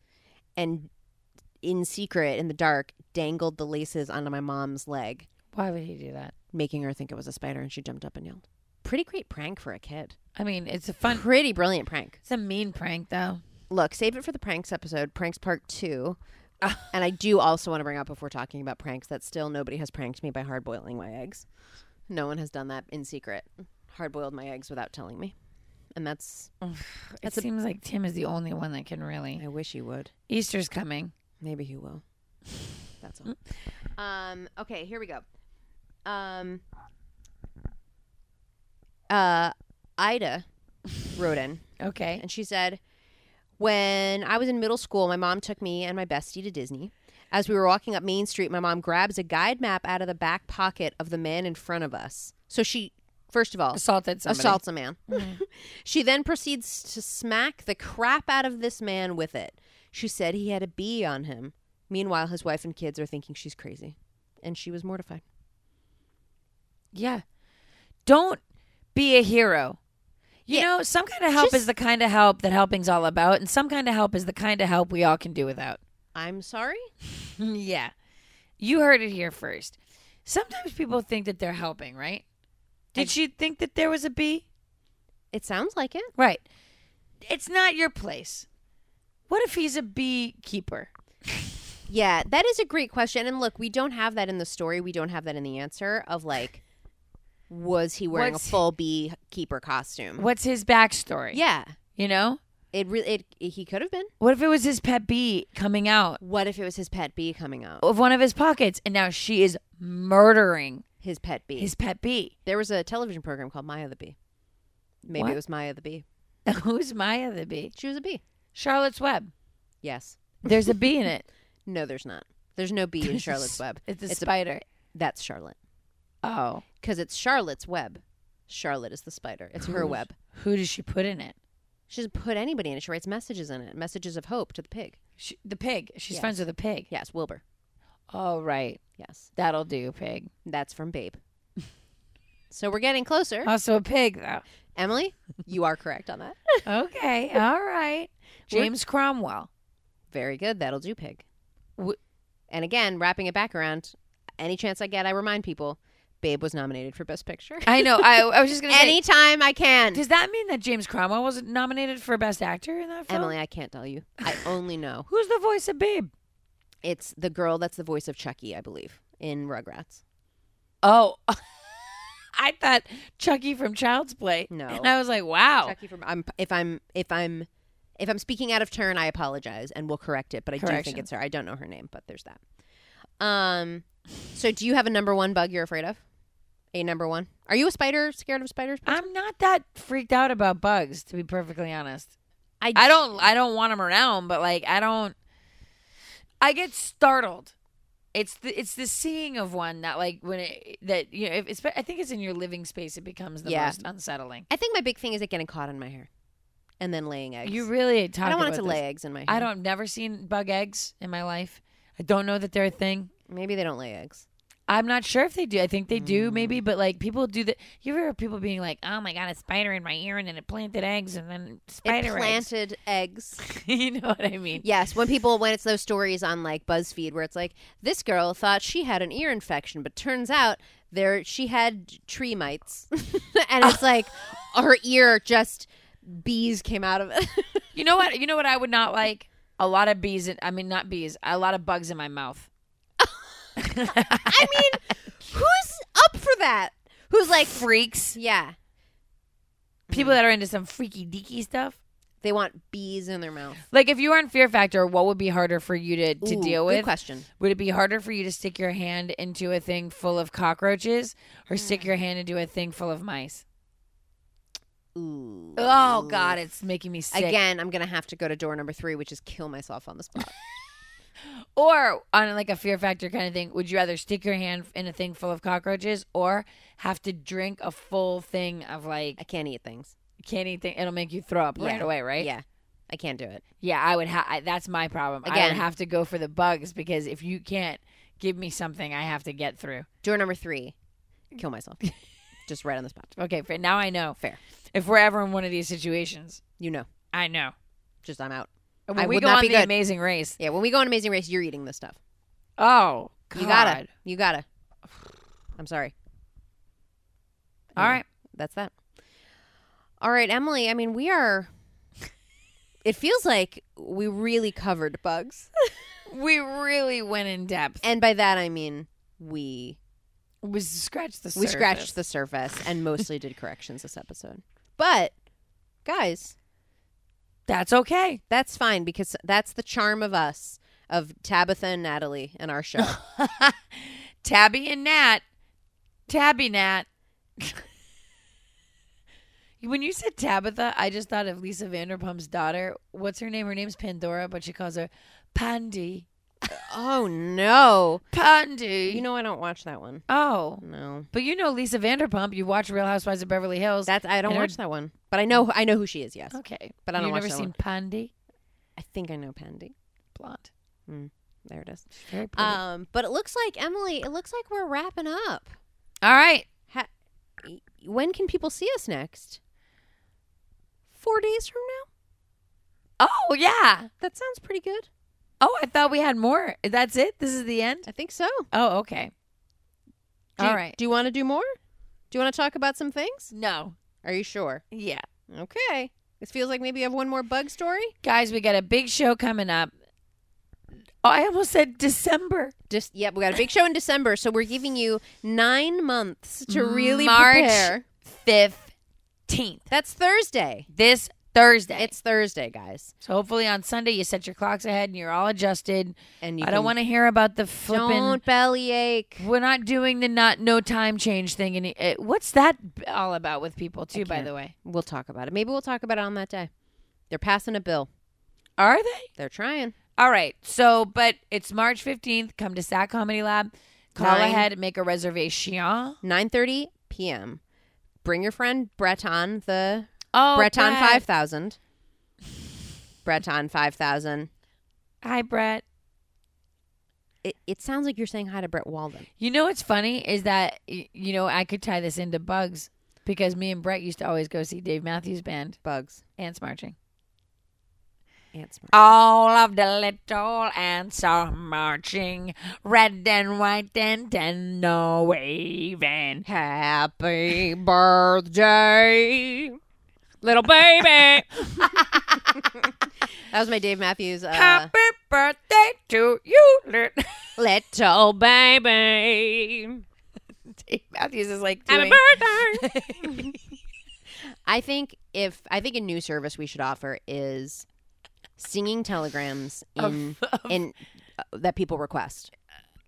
S1: and in secret, in the dark, dangled the laces onto my mom's leg
S2: Why would he do that?
S1: making her think it was a spider and she jumped up and yelled. Pretty great prank for a kid.
S2: I mean, it's a fun.
S1: Pretty brilliant prank.
S2: It's a mean prank, though.
S1: Look, save it for the pranks episode, pranks part two. and I do also want to bring up if we're talking about pranks that still nobody has pranked me by hard boiling my eggs. No one has done that in secret. Hard boiled my eggs without telling me. And that's
S2: It seems like Tim is the only one that can really.
S1: I wish he would.
S2: Easter's coming.
S1: Maybe he will. That's all. um, okay, here we go. Um, uh, Ida wrote in.
S2: Okay.
S1: And she said, When I was in middle school, my mom took me and my bestie to Disney. As we were walking up Main Street, my mom grabs a guide map out of the back pocket of the man in front of us. So she, first of all,
S2: Assaulted somebody.
S1: assaults a man. she then proceeds to smack the crap out of this man with it. She said he had a bee on him. Meanwhile, his wife and kids are thinking she's crazy. And she was mortified.
S2: Yeah. Don't be a hero. You
S1: Yeah.
S2: know, some kind of help is
S1: Just-
S2: the kind of help that helping's all about, and some kind of help is the kind of help we all can do without.
S1: I'm sorry?
S2: yeah. You heard it here first. Sometimes people think that they're helping, right? Did she think that there was a bee?
S1: It sounds like it.
S2: Right. It's not your place. What if he's a beekeeper?
S1: Yeah, that is a great question. And look, we don't have that in the story. We don't have that in the answer of like, was he wearing
S2: What's-
S1: a full beekeeper costume?
S2: What's his backstory?
S1: Yeah,
S2: You know?
S1: it really it, he could have been.
S2: What if it was his pet bee coming out
S1: What if it was his pet bee coming out?
S2: of one of his pockets and now she is murdering
S1: His pet bee.
S2: his pet bee?
S1: there was a television program called Maya the Bee. Maybe
S2: What?
S1: it was Maya the Bee.
S2: Who's Maya the bee?
S1: She was a bee.
S2: Charlotte's Web.
S1: Yes.
S2: There's a bee in it.
S1: No, there's not. There's no bee in Charlotte's Web.
S2: It's a spider.
S1: that's Charlotte
S2: oh.
S1: because it's Charlotte's Web. Charlotte is the spider. It's her web.
S2: Who does she put in it?
S1: She doesn't put anybody in it. She writes messages in it, messages of hope to the pig.
S2: She, the pig. She's
S1: Yes.
S2: friends with a pig.
S1: Yes, Wilbur.
S2: Oh, right.
S1: Yes.
S2: That'll do, pig.
S1: That's from Babe. so we're getting closer.
S2: Also a pig, though.
S1: Emily, you are correct on that.
S2: okay. All right. James Cromwell.
S1: Very good. That'll do, pig.
S2: W-
S1: And again, wrapping it back around, any chance I get, I remind people Babe was nominated for Best Picture.
S2: I know. I, I was just going to say.
S1: Anytime I can.
S2: does that mean that James Cromwell was nominated for Best Actor in that film?
S1: Emily, I can't tell you. I only know
S2: Who's the voice of Babe?
S1: it's the girl that's the voice of Chucky, I believe, in Rugrats.
S2: Oh. I thought Chucky from Child's Play.
S1: No.
S2: And I was like, wow.
S1: Chucky from I'm if I'm if I'm if I'm speaking out of turn, I apologize and we'll correct it, but I do think
S2: Correction.
S1: it's her. I don't know her name, but there's that. Um so do you have a number one bug you're afraid of? A number one? Are you a spider scared of spiders? person?
S2: I'm not that freaked out about bugs, to be perfectly honest.
S1: I-
S2: I don't I don't want them around, but like I don't. I get startled. It's the it's the seeing of one that like when it that you know if it's I think it's in your living space it becomes the
S1: Yeah.
S2: most unsettling.
S1: I think my big thing is it getting caught on my hair. and then laying eggs.
S2: You really talk.
S1: I don't want it
S2: about
S1: to
S2: this.
S1: lay eggs in my hand.
S2: I don't. Never seen bug eggs in my life. I don't know that they're a thing.
S1: Maybe they don't lay eggs.
S2: I'm not sure if they do. I think they do,
S1: Mm.
S2: maybe, but like people do that. You ever hear people being like, "Oh my god, a spider in my ear, and then it planted eggs, and then
S1: It
S2: spider eggs."
S1: planted eggs.
S2: you know what I mean?
S1: Yes, when people when it's those stories on like BuzzFeed where it's like this girl thought she had an ear infection, but turns out there she had tree mites, and it's like her ear just bees came out of it.
S2: You know what? You know what I would not like? A lot of bees. In, I mean, not bees. A lot of bugs in my mouth.
S1: I mean, who's up for that? Who's like,
S2: Freaks.
S1: yeah,
S2: People that are into some freaky deaky stuff.
S1: they want bees in their mouth
S2: Like if you were on Fear Factor, what would be harder for you to, to
S1: Ooh,
S2: deal
S1: good
S2: with?
S1: question.
S2: Would it be harder for you to stick your hand into a thing full of cockroaches or
S1: Mm.
S2: stick your hand into a thing full of mice?
S1: Ooh.
S2: Oh God, it's making me sick.
S1: Again, I'm gonna have to go to door number three, which is kill myself on the spot.
S2: Or on like a Fear Factor kind of thing, would you rather stick your hand in a thing full of cockroaches or have to drink a full thing of
S1: I
S2: like
S1: can't eat things
S2: can't eat thing? It'll make you throw up right
S1: Yeah.
S2: away, right?
S1: Yeah, I can't do it.
S2: Yeah, I would have. That's my problem. I
S1: Again.
S2: would have to go for the bugs because if you can't give me something, I have to get through.
S1: Door number three, kill myself, just right on the spot.
S2: Okay, fair. Now I know.
S1: Fair.
S2: If we're ever in one of these situations,
S1: You know,
S2: I know.
S1: just I'm out.
S2: When
S1: I
S2: we
S1: would
S2: go
S1: not
S2: on
S1: be
S2: the
S1: good.
S2: Amazing Race.
S1: Yeah, when we go on Amazing Race, you're eating this stuff.
S2: Oh, God.
S1: You gotta, you gotta. I'm sorry.
S2: All right.
S1: That's that. All right, Emily. I mean, we are. It feels like we really covered bugs,
S2: We really went in depth.
S1: and by that I mean we
S2: We scratched the
S1: we
S2: surface.
S1: scratched the surface and mostly did corrections this episode. But guys,
S2: That's okay.
S1: that's fine because that's the charm of us, of Tabitha and Natalie and our show.
S2: Tabby and Nat. Tabby Nat. when you said Tabitha, I just thought of Lisa Vanderpump's daughter. What's her name? Her name's Pandora, but she calls her Pandy.
S1: oh no!
S2: Pandy.
S1: You know I don't watch that one.
S2: Oh.
S1: No,
S2: But you know Lisa Vanderpump. You watch Real Housewives of Beverly Hills.
S1: that's I don't
S2: And her-
S1: watch that one. But I know I know who she is. Yes,
S2: okay.
S1: But I don't
S2: You've
S1: watch
S2: never
S1: that
S2: seen
S1: one.
S2: Pandy?
S1: I think I know Pandy.
S2: Blonde.
S1: There it is.
S2: Very pretty.
S1: Um, but it looks like Emily. It looks like we're wrapping up.
S2: All right.
S1: Ha- when can people see us next? Four days from now.
S2: Oh, yeah.
S1: That sounds pretty good.
S2: Oh, I thought we had more. That's it? This is the end?
S1: I think so.
S2: Oh, okay.
S1: Do
S2: All
S1: you-
S2: right.
S1: Do you want to do more? Do you want to talk about some things?
S2: No.
S1: Are you sure?
S2: Yeah.
S1: Okay. This feels like maybe you have one more bug story.
S2: Guys, we got a big show coming up. Oh, I almost said December.
S1: Just yep, we got a big show in December, so we're giving you nine months to really
S2: Mm, March
S1: prepare.
S2: 15th.
S1: That's Thursday.
S2: This Thursday.
S1: It's Thursday, guys,
S2: so hopefully on Sunday you set your clocks ahead and you're all adjusted.
S1: and you
S2: I don't want to hear about the flipping.
S1: don't bellyache.
S2: We're not doing the not no time change thing. And uh, what's that all about with people too? By
S1: can't.
S2: the way,
S1: We'll talk about it. Maybe we'll talk about it on that day. They're passing a bill.
S2: are they?
S1: They're trying.
S2: All right. So, but it's March 15th. Come to SAC Comedy Lab. Call
S1: Nine. Oh,
S2: ahead, make a reservation.
S1: 9:30 p.m. Bring your friend Breton, the
S2: Oh,
S1: Breton
S2: Brett.
S1: 5000. Breton 5000.
S2: Hi, Brett.
S1: It, it sounds like you're saying hi to Brett Walden.
S2: You know what's funny is that, y- you know, I could tie this into bugs because me and Brett used to always go see Dave Matthews Band,
S1: Bugs.
S2: Ants Marching.
S1: Ants. mar-
S2: All of the little ants are marching, red and white and no waving.
S1: Happy
S2: Uh.
S1: birthday, little baby. that was my Dave Matthews. Uh,
S2: Happy birthday to you, little.
S1: little baby.
S2: Dave Matthews is like
S1: Happy
S2: doing.
S1: birthday. I think if I think a new service we should offer is singing telegrams in in uh, that people request.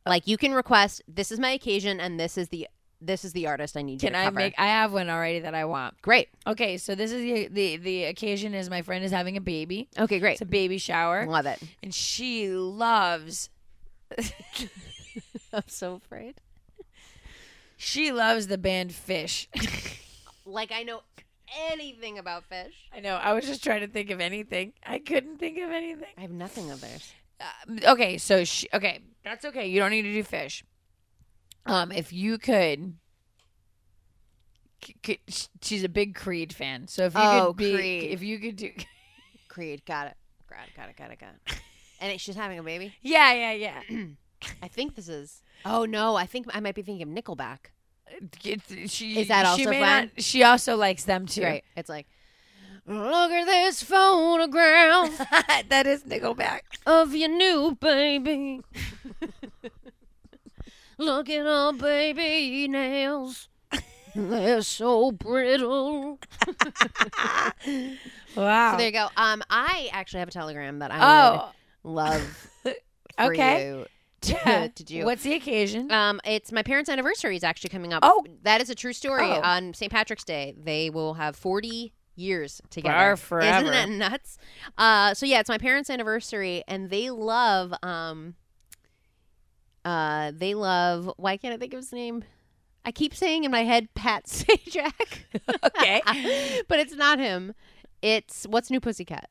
S1: Like you can request this is my occasion and this is the this is the artist I need you
S2: Can
S1: to
S2: I
S1: cover.
S2: make? I have one already that I want.
S1: great.
S2: Okay, so this is the the the occasion is my friend is having a baby.
S1: Okay, great.
S2: It's a baby shower,
S1: Love it.
S2: and she loves
S1: I'm so afraid.
S2: she loves the band Fish.
S1: Like I know anything about fish.
S2: I know. I was just trying to think of anything. I couldn't think of anything.
S1: I have nothing of theirs.
S2: Uh, okay, so she, okay, that's okay. You don't need to do fish. Um, if you could, c- could sh- she's a big Creed fan. So if you
S1: Oh,
S2: could be,
S1: Creed.
S2: if you could do,
S1: Creed, got it. Got it, got it, got it, got it. And it, she's having a baby?
S2: yeah, yeah, yeah.
S1: I think this is. Oh, no. I think I might be thinking of Nickelback.
S2: It's- she
S1: Is that
S2: she
S1: also
S2: may
S1: Vlad?
S2: not- she also likes them too.
S1: Right. It's like, look at this photograph
S2: that is Nickelback.
S1: of your new baby. look at our baby nails. They're so brittle.
S2: Wow.
S1: So there you go. Um, I actually have a telegram that I
S2: oh,
S1: would love for
S2: okay.
S1: you
S2: Yeah.
S1: to, to do.
S2: What's the occasion?
S1: Um, it's my parents' anniversary is actually coming up.
S2: Oh.
S1: that is a true story.
S2: Oh.
S1: On St. Patrick's Day, they will have forty years together.
S2: Bar forever.
S1: Isn't that nuts? Uh, so yeah, it's my parents' anniversary, and they love um, uh, they love. Why can't I think of his name? I keep saying in my head Pat Sajak,
S2: okay.
S1: but it's not him. It's what's new, Pussycat?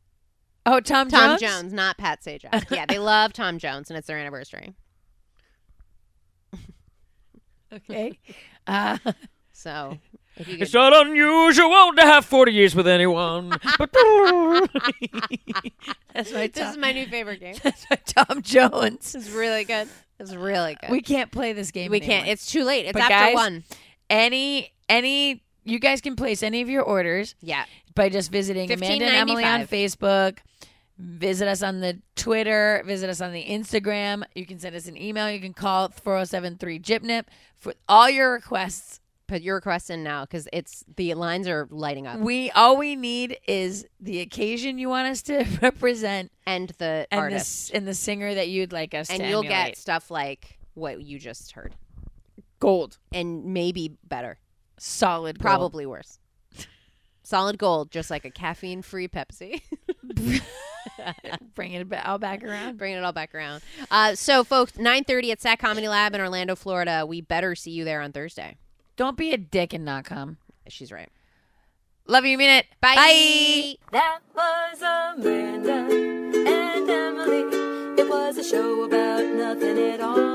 S2: Oh, Tom,
S1: Tom
S2: Jones.
S1: Jones, not Pat Sajak. yeah, they love Tom Jones, and it's their anniversary.
S2: Okay. Uh,
S1: So if you
S3: It's
S1: could,
S3: not unusual to have 40 years with anyone. But
S2: that's my
S1: this
S2: Tom,
S1: is my new favorite game.
S2: that's my Tom Jones.
S1: It's really good. It's really good.
S2: We can't play this game.
S1: We can't.
S2: anymore.
S1: It's too late. It's
S2: But
S1: after
S2: guys-
S1: one.
S2: any any. You guys can place any of your orders
S1: Yeah.
S2: by just visiting Amanda and Emily on
S1: 15.95.
S2: Facebook. Visit us on the Twitter. Visit us on the Instagram. You can send us an email. You can call 4073 Gypnip for all your requests.
S1: Put your request in now because it's the lines are lighting up
S2: We all we need is the occasion you want us to represent
S1: and the
S2: and the, s-
S1: artist
S2: and the singer that you'd like us to
S1: and you'll
S2: emulate.
S1: get stuff like what you just heard
S2: gold.
S1: and maybe better,
S2: Solid gold.
S1: probably worse. Solid gold, just like a caffeine-free Pepsi.
S2: bring it ba- all back around.
S1: Bringing it all back around. Uh, so, folks, 9.30 at SAC Comedy Lab in Orlando, Florida. We better see you there on Thursday.
S2: Don't be a dick and not come.
S1: She's right.
S2: Love you, mean it.
S1: Bye.
S5: That was Amanda and Emily. It was a show about nothing at all.